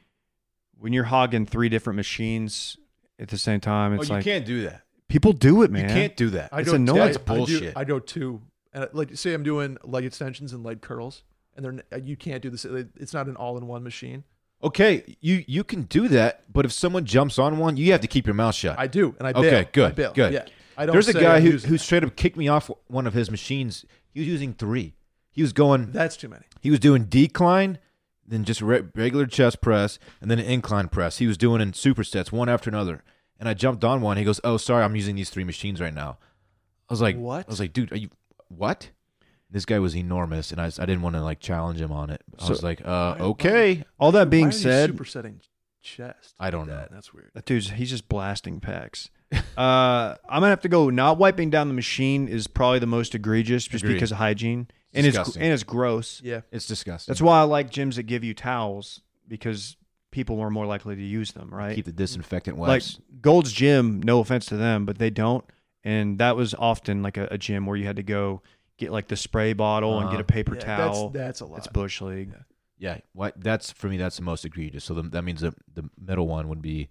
S3: when you're hogging three different machines at the same time, it's like
S1: Oh, can't do that.
S3: people do it, man.
S1: do that.
S2: I
S3: It's
S2: go
S3: annoying.
S2: I-
S3: That's
S2: I do-
S1: bullshit.
S2: I, go two, and uh, like say I'm doing leg extensions and leg curls, and they're n- uh, you can't do this. It's not an all-in-one machine.
S1: Okay, you you can do that, but if someone jumps on one, you have to keep your mouth shut.
S2: I do, and I bail.
S1: Okay, good,
S2: I bail.
S1: good.
S2: Yeah, I don't.
S1: There's a
S2: say
S1: guy
S2: I'm
S1: who
S2: using
S1: who
S2: that.
S1: straight up kicked me off one of his machines. He was using three. He was going.
S2: that's too many.
S1: He was doing decline, then just re- regular chest press, and then an incline press. He was doing in supersets one after another. And I jumped on one. He goes, "Oh, sorry, I'm using these three machines right now." I was like,
S2: What?
S1: I was like, dude, are you what? This guy was enormous, and I, I didn't want to like challenge him on it. I
S3: So-
S1: was like, uh, okay,
S3: All that being
S2: Why are you
S3: said,
S2: supersetting chest.
S1: I don't
S2: like
S1: know.
S2: that? That's weird.
S3: That dude's he's just blasting packs. uh, I'm gonna have to go. Not wiping down the machine is probably the most egregious, just
S1: Agreed.
S3: because of hygiene and it's
S1: Disgusting.
S3: and it's gross.
S2: Yeah.
S1: it's disgusting.
S3: That's why I like gyms that give you towels because people are more likely to use them, right?
S1: keep the disinfectant
S3: like
S1: wipes.
S3: Gold's Gym, no offense to them, but they don't. And that was often like a, a gym where you had to go get like the spray bottle and get a
S1: Uh-huh.
S3: paper
S2: Yeah, that's-
S3: towel.
S2: That's, a lot.
S3: it's Bush League.
S2: Yeah.
S1: yeah, why, that's for me. That's the most egregious. So the, that means the the middle one would be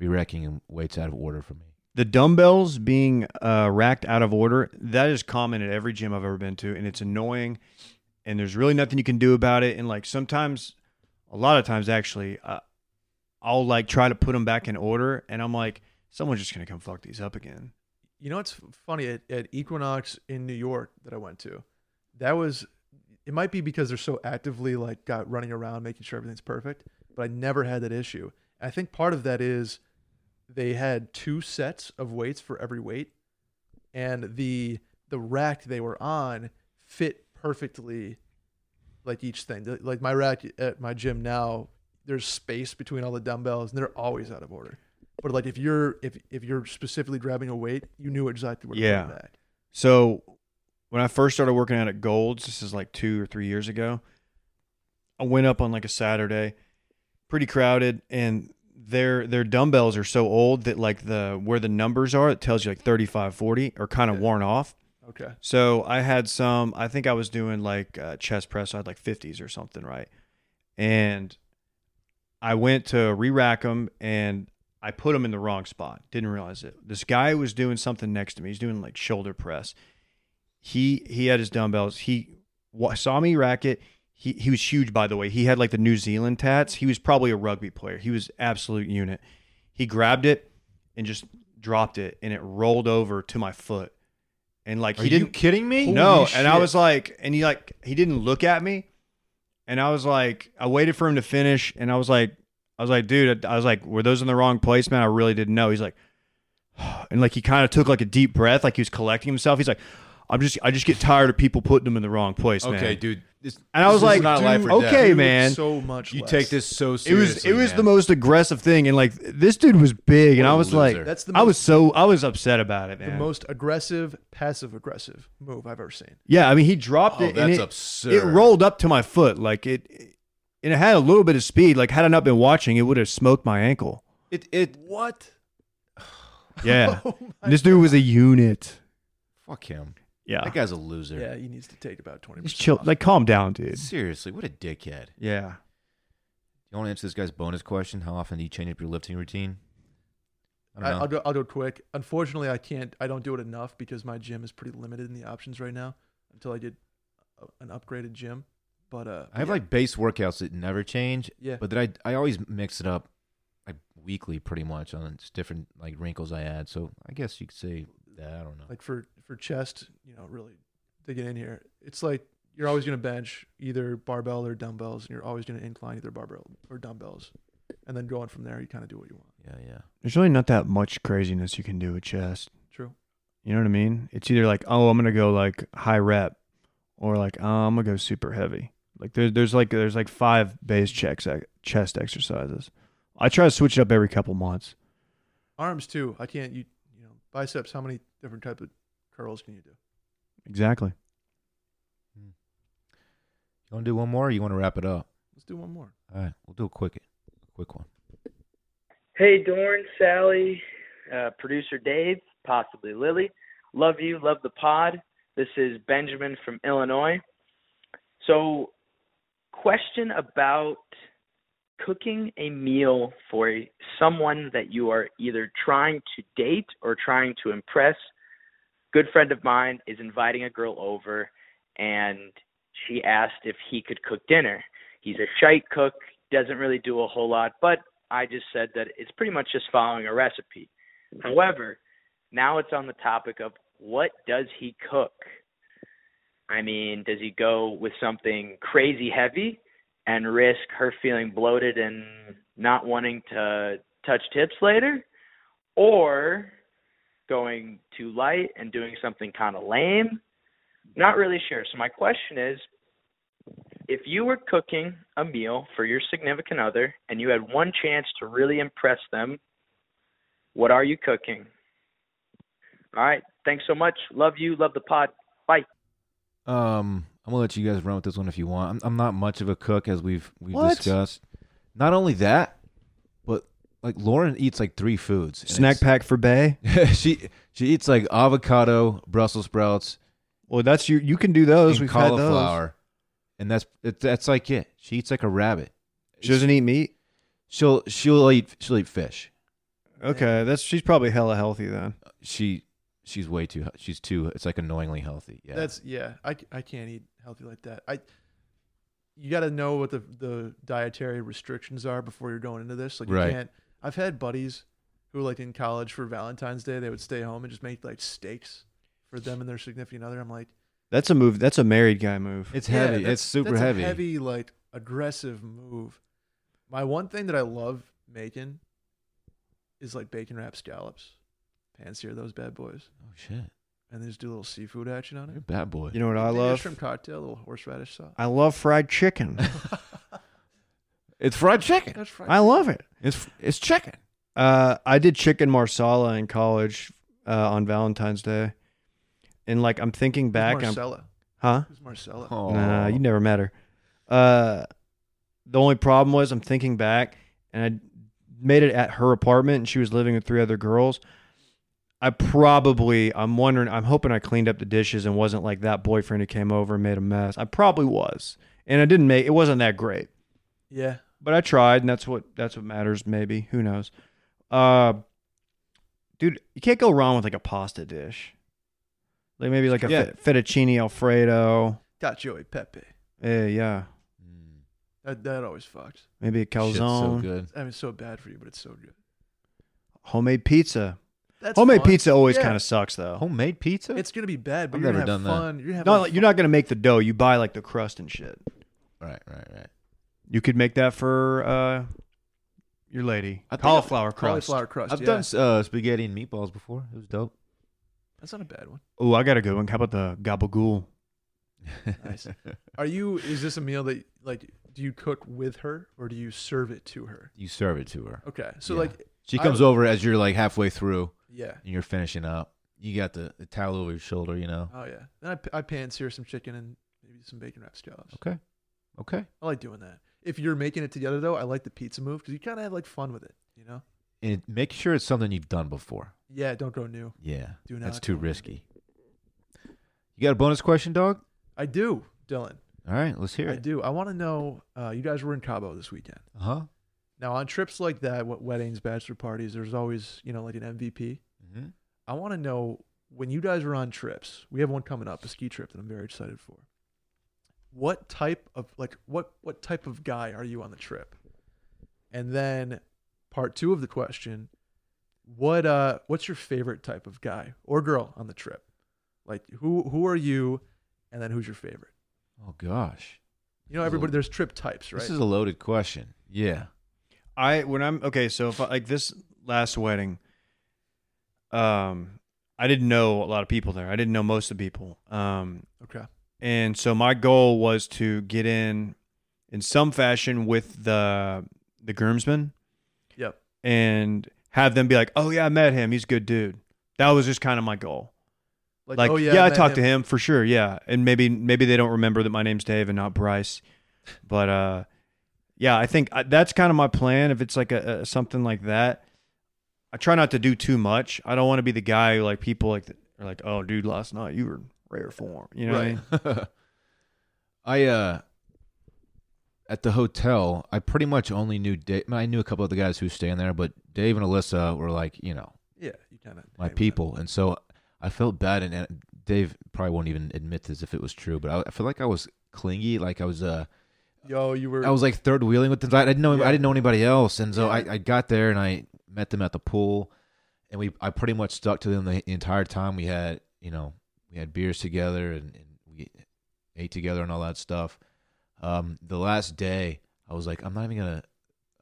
S1: re-racking and weights out of order for me.
S3: The dumbbells being uh, racked out of order, that is common at every gym I've ever been to, and it's annoying. And there's really nothing you can do about it. And like sometimes, a lot of times actually, uh, I'll like try to put them back in order, and I'm like, someone's just gonna come fuck these up again.
S2: You know what's funny at, at Equinox in New York that I went to, that was it might be because they're so actively like got running around making sure everything's perfect, but I never had that issue. I think part of that is they had two sets of weights for every weight, and the the rack they were on fit perfectly, like each thing. Like my rack at my gym now, there's space between all the dumbbells, and they're always out of order. But like if you're if if you're specifically grabbing a weight, you knew exactly where to
S3: Yeah.
S2: put it back.
S3: So when I first started working out at Gold's, this is like two or three years ago, I went up on like a Saturday, pretty crowded, and their their dumbbells are so old that like the where the numbers are, it tells you like 35, 40 are kind of
S2: Yeah.
S3: worn off.
S2: Okay.
S3: So I had some, I think I was doing like uh, chest press, I had like 50s or something, right? And I went to re rack them and I put them in the wrong spot. Didn't realize it. This guy was doing something next to me. He's doing like shoulder press. He he had his dumbbells. He wa- saw me rack it. He he was huge by the way. He had like the New Zealand tats. He was probably a rugby player. He was absolute unit. He grabbed it and just dropped it and it rolled over to my foot. And like
S1: Are
S3: he
S1: you
S3: didn't
S1: kidding me?
S3: no,
S2: Holy
S3: and I
S2: shit.
S3: was like, and he like he didn't look at me, and I was like, I waited for him to finish, and I was like, I was like, dude, I was like, were those in the wrong place, man? I really didn't know. He's like, and like he kind of took like a deep breath, like he was collecting himself. He's like, I'm just, I just get tired of people putting them in the wrong place, man.
S1: Okay, dude. This,
S3: And I was
S1: this is
S3: like,
S1: not life
S3: dude,
S1: or death.
S3: okay,
S2: Dude,
S3: man.
S2: So much.
S1: You
S2: less.
S1: take this so
S3: It
S1: seriously.
S3: was it was
S1: man.
S3: the most aggressive thing, and like this dude was big, and
S1: What a
S3: I was
S1: loser.
S3: like,
S2: That's the
S3: I was
S2: most-
S3: so I was upset about it,
S2: the
S3: man.
S2: most aggressive, passive aggressive move I've ever seen.
S3: yeah, I mean, he dropped
S1: Oh,
S3: it, and
S1: that's
S3: it,
S1: absurd.
S3: It rolled up to my foot, like it, it- and it had a little bit of speed. Like had I not been watching, it would have smoked my ankle.
S1: It it
S2: What?
S3: Yeah.
S2: Oh my-
S3: this dude was a unit.
S1: Fuck him.
S3: Yeah.
S1: That guy's a loser.
S2: yeah, he needs to take about twenty.
S3: Just chill. Like, calm down, dude.
S1: Seriously, what a dickhead.
S3: Yeah.
S1: You want to answer this guy's bonus question? How often do you change up your lifting routine? I
S2: I,
S1: don't know.
S2: I'll do. I'll do it quick. Unfortunately, I can't. I don't do it enough because my gym is pretty limited in the options right now. Until I get a, an upgraded gym, but uh,
S1: I have
S2: yeah,
S1: like base workouts that never change,
S2: yeah.
S1: but then I I always mix it up, like weekly pretty much on just different like wrinkles I add. So I guess you could say that. I don't know.
S2: like for for chest, you know, really digging in here. It's like you're always gonna bench either barbell or dumbbells, and you're always gonna incline either barbell or dumbbells, and then going from there, you kind of do what you want.
S1: yeah, yeah.
S3: There's really not that much craziness you can do with chest.
S2: True.
S3: You know what I mean? It's either like, oh, I'm gonna go like high rep, or like, oh, I'm gonna go super heavy. Like there's there's like there's like five base checks chest exercises. I try to switch it up every couple months.
S2: Arms too. I can't. You you know, biceps. How many different type of curls can you do?
S3: Exactly.
S1: You want to do one more? or You want to wrap it up?
S2: Let's do one more.
S1: All right, we'll do a quick, quick one.
S6: Hey, Dorn, Sally, uh, producer Dave, possibly Lily. Love you. Love the pod. This is Benjamin from Illinois. So, question about cooking a meal for a- someone that you are either trying to date or trying to impress. Good friend of mine is inviting a girl over, and she asked if he could cook dinner. He's a shite cook, doesn't really do a whole lot, but I just said that it's pretty much just following a recipe. However, now it's on the topic of what does he cook? I mean, does he go with something crazy heavy and risk her feeling bloated and not wanting to touch tips later? Or going too light and doing something kind of lame? Not really sure. So, my question is if you were cooking a meal for your significant other and you had one chance to really impress them, what are you cooking? All right. Thanks so much. Love you. Love the pod. Bye.
S1: Um, I'm gonna let you guys run with this one if you want. I'm, I'm not much of a cook as we've we've
S3: What?
S1: discussed. Not only that, but like Lauren eats like three foods. and
S3: Snack pack for Bay.
S1: it's- she she eats like avocado, Brussels sprouts,
S3: Well, that's you. You can do those.
S1: and
S3: We've had
S1: cauliflower,
S3: those.
S1: and that's it, that's like it. She eats like a rabbit.
S3: She doesn't eat meat.
S1: She'll she'll eat she'll eat fish.
S3: Okay, that's she's probably hella healthy then.
S1: She she's way too she's too. It's like annoyingly healthy. Yeah,
S2: That's yeah. I, c- I can't eat healthy like that. I you got to know what the the dietary restrictions are before you're going into this. Like you
S1: Right.
S2: can't. I've had buddies who like in college for Valentine's Day they would stay home and just make like steaks for them and their significant other. I'm like
S3: That's a move. That's a married guy move.
S1: it's
S2: yeah,
S1: heavy.
S2: that's-
S1: it's super
S2: that's a
S1: heavy.
S2: heavy like aggressive move. My one thing that I love making is like bacon wrap scallops. Pan sear those bad boys
S1: Oh shit,
S2: and then just do a little seafood action on
S1: you're
S2: it.
S1: a bad boy.
S3: you know what I
S2: Maybe a
S3: love?
S2: shrimp cocktail, a little horseradish sauce.
S3: I love fried chicken.
S1: it's fried chicken.
S2: That's right.
S3: I love it.
S1: It's it's chicken.
S3: Uh, I did chicken marsala in college uh, on Valentine's Day, and like I'm thinking back,
S2: Who's
S3: I'm
S2: Marcella.
S3: huh?
S2: Who's Marcella?
S1: Oh,
S3: Nah, you never met her. Uh, the only problem was I'm thinking back, and I made it at her apartment, and she was living with three other girls. I probably, I'm wondering, I'm hoping I cleaned up the dishes and wasn't like that boyfriend who came over and made a mess. I probably was, and I didn't make it wasn't that great
S2: Yeah.
S3: but I tried, and that's what that's what matters. Maybe who knows? Uh, dude, you can't go wrong with like a pasta dish, like maybe like a
S1: Yeah.
S3: fe- fettuccine alfredo.
S2: Cacio e pepe.
S3: Eh, yeah,
S1: Mm.
S2: That, that always fucked.
S3: maybe a
S1: Shit's so
S3: calzone,
S1: good.
S2: I mean, it's so bad for you, but it's so good.
S3: homemade pizza.
S2: That's
S3: homemade
S2: fun.
S3: pizza always
S2: Yeah.
S3: kind of sucks though.
S1: Uh, Homemade pizza?
S2: It's gonna be bad, but
S1: I've
S2: you're gonna
S1: never done
S2: have
S1: that.
S2: fun. You're gonna have
S3: Not, you're not gonna make the dough. You buy like the crust and shit.
S1: right, right, right.
S3: You could make that for uh, your lady.
S1: I think
S3: cauliflower crust.
S2: cauliflower crust.
S1: I've
S2: yeah.
S1: done uh, spaghetti and meatballs before. It was dope.
S2: That's not a bad one.
S3: Oh, I got a good one. How about the gabagool?
S2: Nice. Are you? Is this a meal that like? Do you cook with her or do you serve it to her?
S1: you serve it to her.
S2: Okay, so
S1: Yeah.
S2: like,
S1: She
S2: I
S1: comes
S2: would-
S1: over as you're like halfway through
S2: yeah.
S1: and you're finishing up. You got the, the towel over your shoulder, you know.
S2: Oh yeah. Then I, I pan sear some chicken and maybe some bacon wrap scallops.
S1: Okay. Okay.
S2: I like doing that. If you're making it together though, I like the pizza move because you kind of have like fun with it. You know.
S1: and make sure it's something you've done before.
S2: Yeah, don't go new.
S1: Yeah,
S2: Do
S1: that's
S2: not
S1: too
S2: go new.
S1: risky. You got a bonus question, dog?
S2: I do, Dylan.
S1: All right, let's hear
S2: I
S1: it.
S2: do. I want to know. Uh, you guys were in Cabo this weekend.
S1: Uh huh.
S2: Now on trips like that, what weddings, bachelor parties, there's always you know like an MVP.
S1: hmm
S2: I want to know when you guys are on trips. We have one coming up, a ski trip that I'm very excited for. What type of like what what type of guy are you on the trip? And then part 2 of the question, what uh what's your favorite type of guy or girl on the trip? Like who who are you and then who's your favorite?
S1: Oh gosh,
S2: You know everybody there's trip types, right?
S1: this is a loaded question. Yeah.
S3: I when I'm okay, so if I, like this last wedding, um, I didn't know a lot of people there. I didn't know most of the people. Um,
S2: okay.
S3: and so my goal was to get in in some fashion with the the groomsmen
S2: Yep.
S3: and have them be like, "Oh yeah, I met him. He's a good dude." That was just kind of my goal. Like, "Oh,
S2: oh,
S3: yeah, I,
S2: met
S3: talked to him for sure. Yeah, and maybe maybe they don't remember that my name's Dave and not Bryce, but uh, yeah, I think I, that's kind of my plan. If it's like a, a something like that, I try not to do too much. I don't want to be the guy who like people like that are like, oh, dude, last night you were in rare form. You know what I mean?
S1: I uh at the hotel, I pretty much only knew Dave. I knew a couple of the guys who stay in there, but Dave and Alyssa were like, you know,
S2: Yeah, you kind of
S1: my people, and so I felt bad. And, and Dave probably won't even admit this if it was true, but I, I feel like I was clingy, like I was uh
S2: Yo, you were
S1: I was like third wheeling with them. I didn't know
S2: Yeah.
S1: I didn't know anybody else, and so I, I got there and I met them at the pool, and we I pretty much stuck to them the entire time. We had you know we had beers together and, and we ate together and all that stuff. Um, the last day I was like I'm not even gonna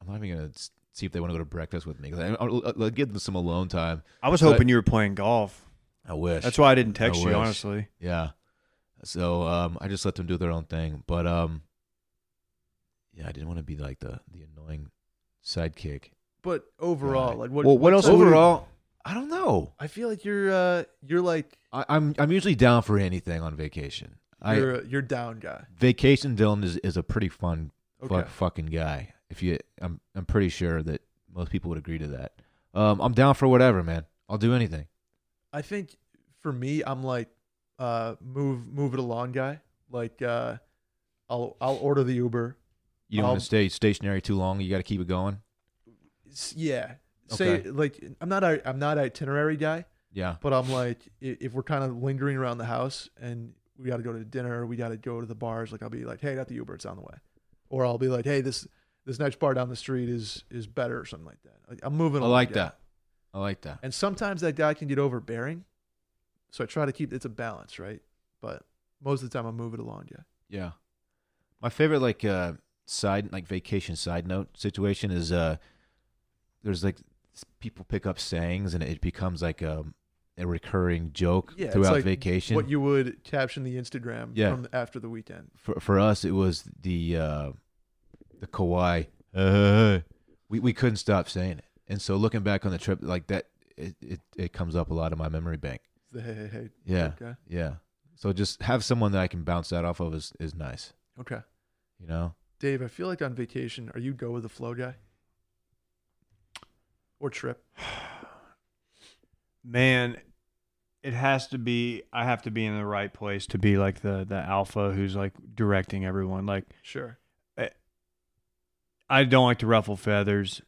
S1: I'm not even gonna s- see if they want to go to breakfast with me because I, I'll, I'll- I'll give them some alone time.
S3: I was
S1: But-
S3: hoping you were playing golf.
S1: I wish
S3: That's why I didn't text
S1: I
S3: you
S1: wish.
S3: honestly.
S1: yeah. So um, I just let them do their own thing, but um, yeah, I didn't want to be like the the annoying sidekick.
S2: but overall,
S1: Right.
S2: like what
S3: Well, what else
S2: type-
S3: would-
S1: overall, I don't know.
S2: I feel like you're uh you're like
S1: I, I'm I'm usually down for anything on vacation. I
S2: you're a- you're down guy.
S1: vacation Dylan is, is a pretty fun
S2: Okay.
S1: fuck, fucking guy. If you, I'm I'm pretty sure that most people would agree to that. Um, I'm down for whatever, man. I'll do anything.
S2: I think for me, I'm like uh move move it along guy. Like uh I'll I'll order the Uber.
S1: You don't want
S2: I'll-
S1: to stay stationary too long. You got to keep it going.
S2: S- Yeah. Say
S1: Okay.
S2: like I'm not i I'm not itinerary guy,
S1: Yeah.
S2: but I'm like i- if we're kind of lingering around the house and we got to go to dinner, we got to go to the bars. Like I'll be like, hey, not the Uber, it's on the way, or I'll be like, hey, this this next bar down the street is is better or something like that. Like, I'm moving.
S1: I
S2: along
S1: like
S2: guy.
S1: that. I like that.
S2: And sometimes that guy can get overbearing. So I try to keep it's a balance, right? But most of the time I move it along, yeah.
S1: Yeah. My favorite like uh side like vacation side note situation is uh there's like s- people pick up sayings and it becomes like um a recurring joke
S2: Yeah. it's
S1: throughout
S2: like
S1: vacation.
S2: What you would caption the Instagram
S1: Yeah.
S2: from after the weekend.
S1: for for us it was the uh the Kauai uh, we we couldn't stop saying it. And so looking back on the trip like that it it, it comes up a lot in my memory bank.
S2: It's The hey hey hey.
S1: Yeah.
S2: Okay.
S1: Yeah. So just have someone that I can bounce that off of is is nice,
S2: Okay.
S1: you know?
S2: Dave, I feel like on vacation, are you go with the flow guy? Or trip?
S3: Man, it has to be. I have to be in the right place to be like the the alpha who's like directing everyone. Like
S2: Sure.
S3: I don't like to ruffle feathers.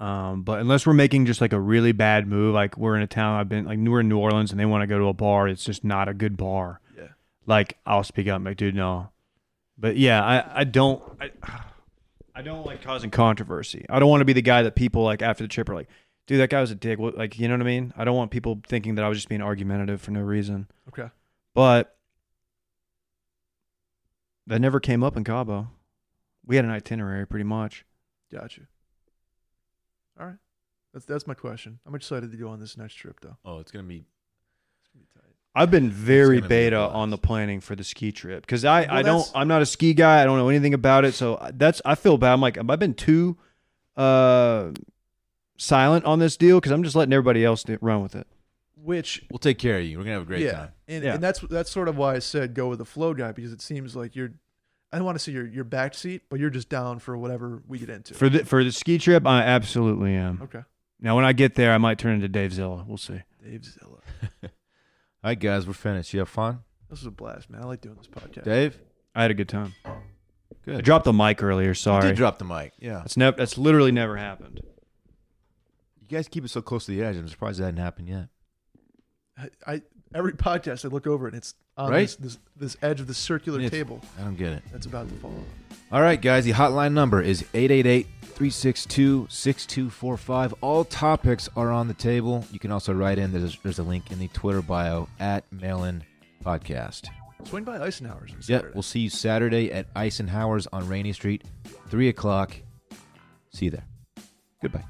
S3: Um, but unless we're making just like a really bad move, like we're in a town I've been like we're in New Orleans and they want to go to a bar, it's just not a good bar.
S2: Yeah.
S3: Like I'll speak up, and be like dude, no. But yeah, I I don't I, I don't like causing controversy. I don't want to be the guy that people like after the trip are like, dude, that guy was a dick. What, like you know what I mean? I don't want people thinking that I was just being argumentative for no reason.
S2: Okay.
S3: But that never came up in Cabo. We had an itinerary pretty much.
S2: Got you. All right. That's that's my question. I'm excited to go on this next trip though.
S1: Oh, it's going to be
S2: It's gonna be tight.
S3: I've been very
S1: gonna be a
S3: beta
S1: blast.
S3: on the planning for the ski trip because I,
S2: Well,
S3: I don't
S2: that's-
S3: I'm not a ski guy I don't know anything about it so uh, that's I feel bad I'm like have I been too uh silent on this deal because I'm just letting everybody else do- run with it
S2: Which
S1: We'll take care of you. We're gonna have a great
S2: yeah.
S1: time.
S2: And,
S3: Yeah.
S2: and that's that's sort of why I said go with the flow guy because it seems like you're I don't want to say you're your back seat, but you're just down for whatever we get into.
S3: for the for the ski trip I absolutely am
S2: okay.
S3: Now, when I get there, I might turn into Dave Zilla. We'll see.
S2: Dave Zilla.
S1: All right, guys, we're finished. You have fun,
S2: This was a blast, man. I like doing this podcast.
S1: Dave.
S3: I had a good time.
S1: Good.
S3: I dropped the mic earlier.
S1: You
S3: Sorry.
S1: did drop the mic. Yeah.
S3: that's never. That's literally never happened.
S1: You guys keep it so close to the edge. I'm surprised that hadn't happened yet.
S2: I, I every podcast I look over and it's on
S1: Right?
S2: this, this this edge of the circular
S1: It's-
S2: table
S1: I don't get it.
S2: that's about to fall. off.
S1: All right, guys, the hotline number is 888 362 6245. All topics are on the table. You can also write in, there's, there's a link in the Twitter bio at Mailin Podcast.
S2: Swing by Eisenhower's. On
S1: Yeah,
S2: Saturday.
S1: we'll see you Saturday at Eisenhower's on Rainy Street, 3 o'clock. See you there. Goodbye.